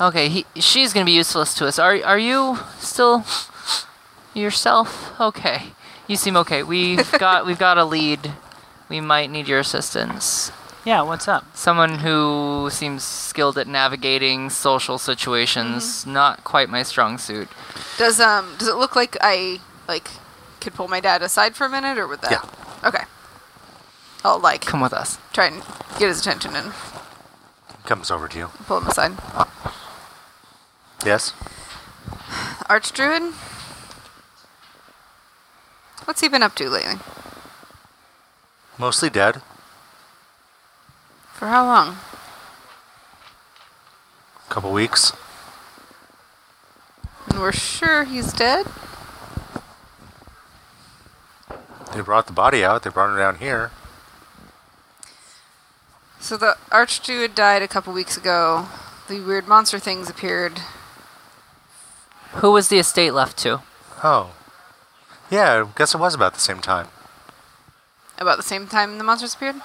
S5: Okay, he, she's gonna be useless to us. Are are you still yourself? Okay, you seem okay. We've got we've got a lead. We might need your assistance.
S3: Yeah, what's up?
S5: Someone who seems skilled at navigating social situations. Not quite my strong suit.
S2: Does um does it look like I like could pull my dad aside for a minute or would that? Yeah. Okay. I'll like
S5: Come with us.
S2: try and get his attention and
S1: Comes over to you.
S2: pull him aside.
S1: Yes.
S2: Archdruid, what's he been up to lately?
S1: Mostly dead.
S2: For how long?
S1: Couple weeks.
S2: And we're sure he's dead.
S1: They brought the body out. They brought her down here.
S2: So the archdruid died a couple weeks ago. The weird monster things appeared.
S5: Who was the estate left to?
S1: Oh. Yeah, I guess it was about the same time.
S2: About the same time the monsters appeared?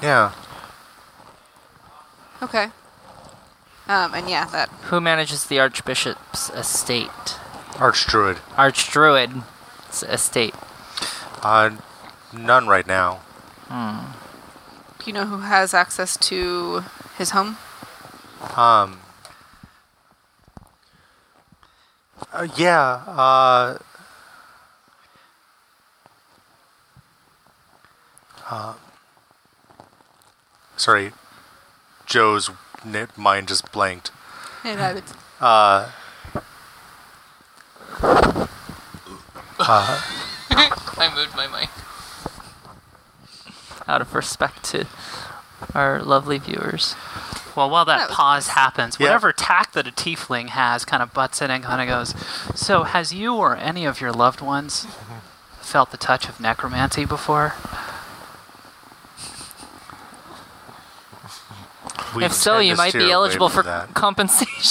S1: Yeah.
S2: Okay. Um, and yeah, that.
S5: Who manages the archbishop's estate?
S1: Archdruid.
S5: Archdruid's estate.
S1: Uh, none right now.
S2: Do you know who has access to his home?
S1: Um. uh, yeah. Uh, uh, sorry, Joe's n- mind just blanked.
S2: Hey, rabbits.
S1: Uh,
S5: I moved my mic. Out of respect to our lovely viewers.
S3: Well, while
S2: That
S3: that
S2: was
S3: pause happens,
S1: Yeah.
S3: whatever tack that a tiefling has kind of butts in and kind of goes, So, has you or any of your loved ones felt the touch of necromancy before?
S1: we
S5: if so,
S1: tend
S5: you
S1: to
S5: might
S1: steer
S5: be
S1: away
S5: eligible
S1: from
S5: for
S1: that.
S5: compensation.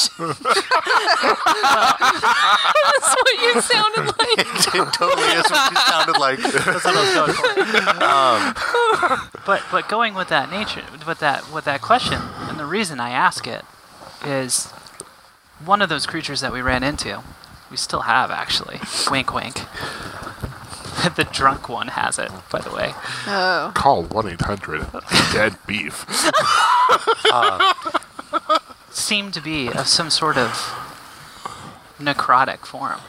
S5: That's what you sounded like.
S1: it totally is what you sounded like.
S3: But but going with that nature, with that with that question, and the reason I ask it is one of those creatures that we ran into. We still have actually. wink, wink. the drunk one has it, by the way.
S2: Oh.
S4: Call 1 800 Dead Beef.
S3: Seemed to be of some sort of necrotic form.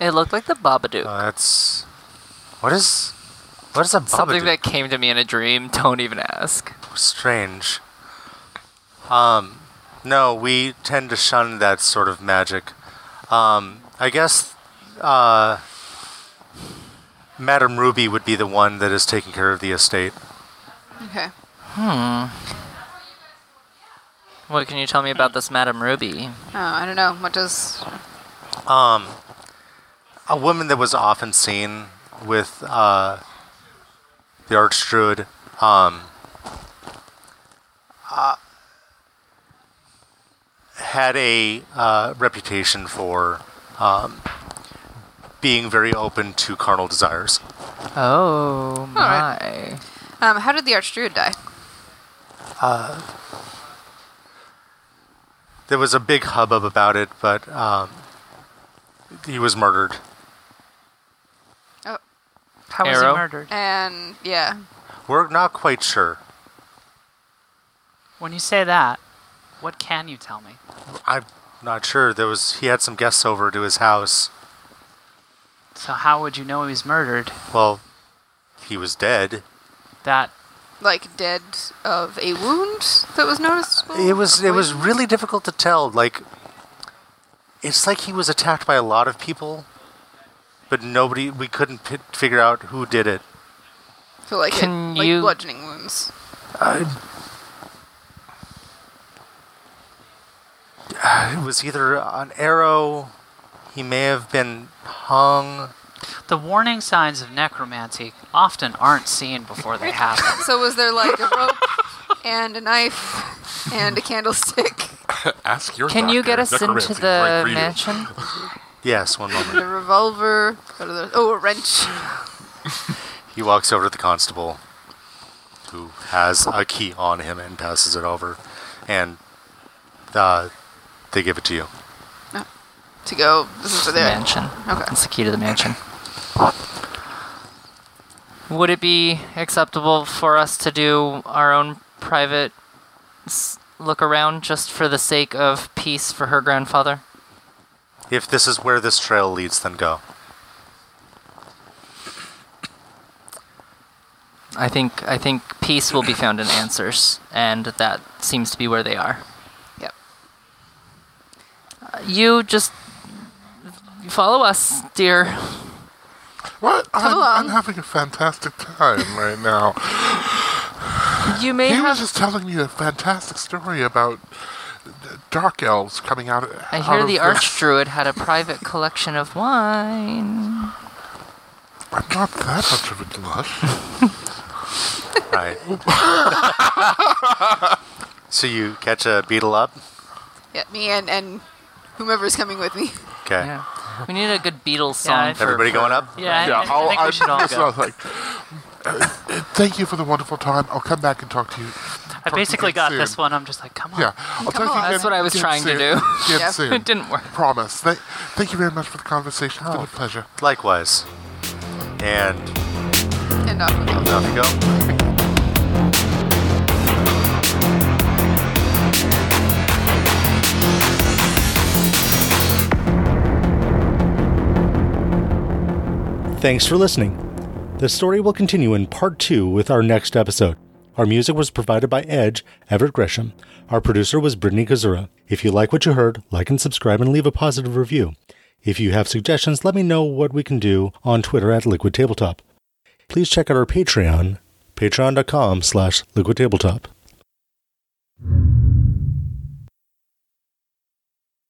S5: It looked like the Babadook.
S1: Uh, that's what is what is a
S5: Something
S1: Babadook?
S5: that came to me in a dream. Don't even ask.
S1: strange. Um, no, we tend to shun that sort of magic. Um, I guess uh, Madame Ruby would be the one that is taking care of the estate.
S2: Okay.
S5: What can you tell me about this Madame Ruby?
S2: Oh, I don't know. What does.
S1: A woman that was often seen with uh, the Archdruid. Um, uh, had a uh, reputation for um, being very open to carnal desires.
S5: Oh my.
S2: Um, how did the Archdruid die?
S1: There was a big hubbub about it, but um, he was murdered.
S3: How was
S5: Arrow?
S3: he murdered?
S2: And yeah,
S1: We're not quite sure.
S3: When you say that, what can you tell me?
S1: I'm not sure. There was he had some guests over to his house.
S3: So how would you know he was murdered?
S1: Well, he was dead.
S3: That
S2: like dead of a wound that was noticeable.
S1: It was it was really difficult to tell. Like it's like he was attacked by a lot of people, but nobody we couldn't pi figure out who did it.
S2: feel like
S5: Can
S2: it, like
S5: you-
S2: bludgeoning wounds.
S1: Uh, It was either an arrow. He may have been hung.
S3: the warning signs of necromancy often aren't seen before they happen.
S2: So was there like a rope and a knife and a candlestick
S4: Ask your
S5: Can you
S4: doctor.
S5: get us
S4: Necromancy's
S5: into
S4: right
S5: the
S4: for you.
S5: mansion?
S1: Yes, one moment.
S2: and a revolver? Go to the- oh, a wrench.
S1: He walks over to the constable, who has a key on him and passes it over, and uh, they give it to you.
S2: to go. This is for the
S5: Mansion.
S2: Okay.
S5: That's the key to the mansion. Would it be acceptable for us to do our own private s- look around just for the sake of peace for her grandfather?
S1: If this is where this trail leads, then go.
S5: I think I think peace will be found in answers, and that seems to be where they are.
S2: Yep.
S5: You just follow us, dear.
S4: What? I'm,
S2: along.
S4: I'm having a fantastic time right now.
S5: You may
S4: He
S5: have.
S4: was just telling me a fantastic story about d- dark elves coming out.
S5: I
S4: out
S5: hear
S4: of
S5: the
S4: this-
S5: archdruid had a private collection of wine.
S4: I'm not that much of a glush.
S1: Right. so you catch a beetle up.
S2: Yeah, me and and whomever's coming with me.
S1: Okay.
S5: Yeah. We need a good Beatles
S3: Yeah,
S5: song
S3: I-
S5: for
S1: Everybody
S5: for-
S1: going up.
S3: Yeah, I- I,
S4: I'll-
S3: think we should all
S4: so I
S3: go.
S4: was like, uh, uh, thank you for the wonderful time. I'll come back and talk to you.
S3: I basically got this
S4: soon.
S3: one. I'm just like, come on.
S4: Yeah, I'll talk to you
S2: on.
S5: That's
S4: again-
S5: what I was
S4: again
S5: trying to
S4: soon.
S5: do.
S4: Again
S2: Yeah.
S4: soon.
S5: It didn't Oh. work.
S4: Promise. Thank, thank you very much for the conversation. It's been a pleasure.
S1: Likewise. And
S2: And off we go.
S1: off you go.
S7: Thanks for listening. The story will continue in part two with our next episode. Our music was provided by Edge, Everett Gresham. Our producer was Brittany Kazura. If you like what you heard, like and subscribe and leave a positive review. If you have suggestions, let me know what we can do on Twitter at Liquid Tabletop. Please check out our Patreon, patreon.com slash liquid tabletop.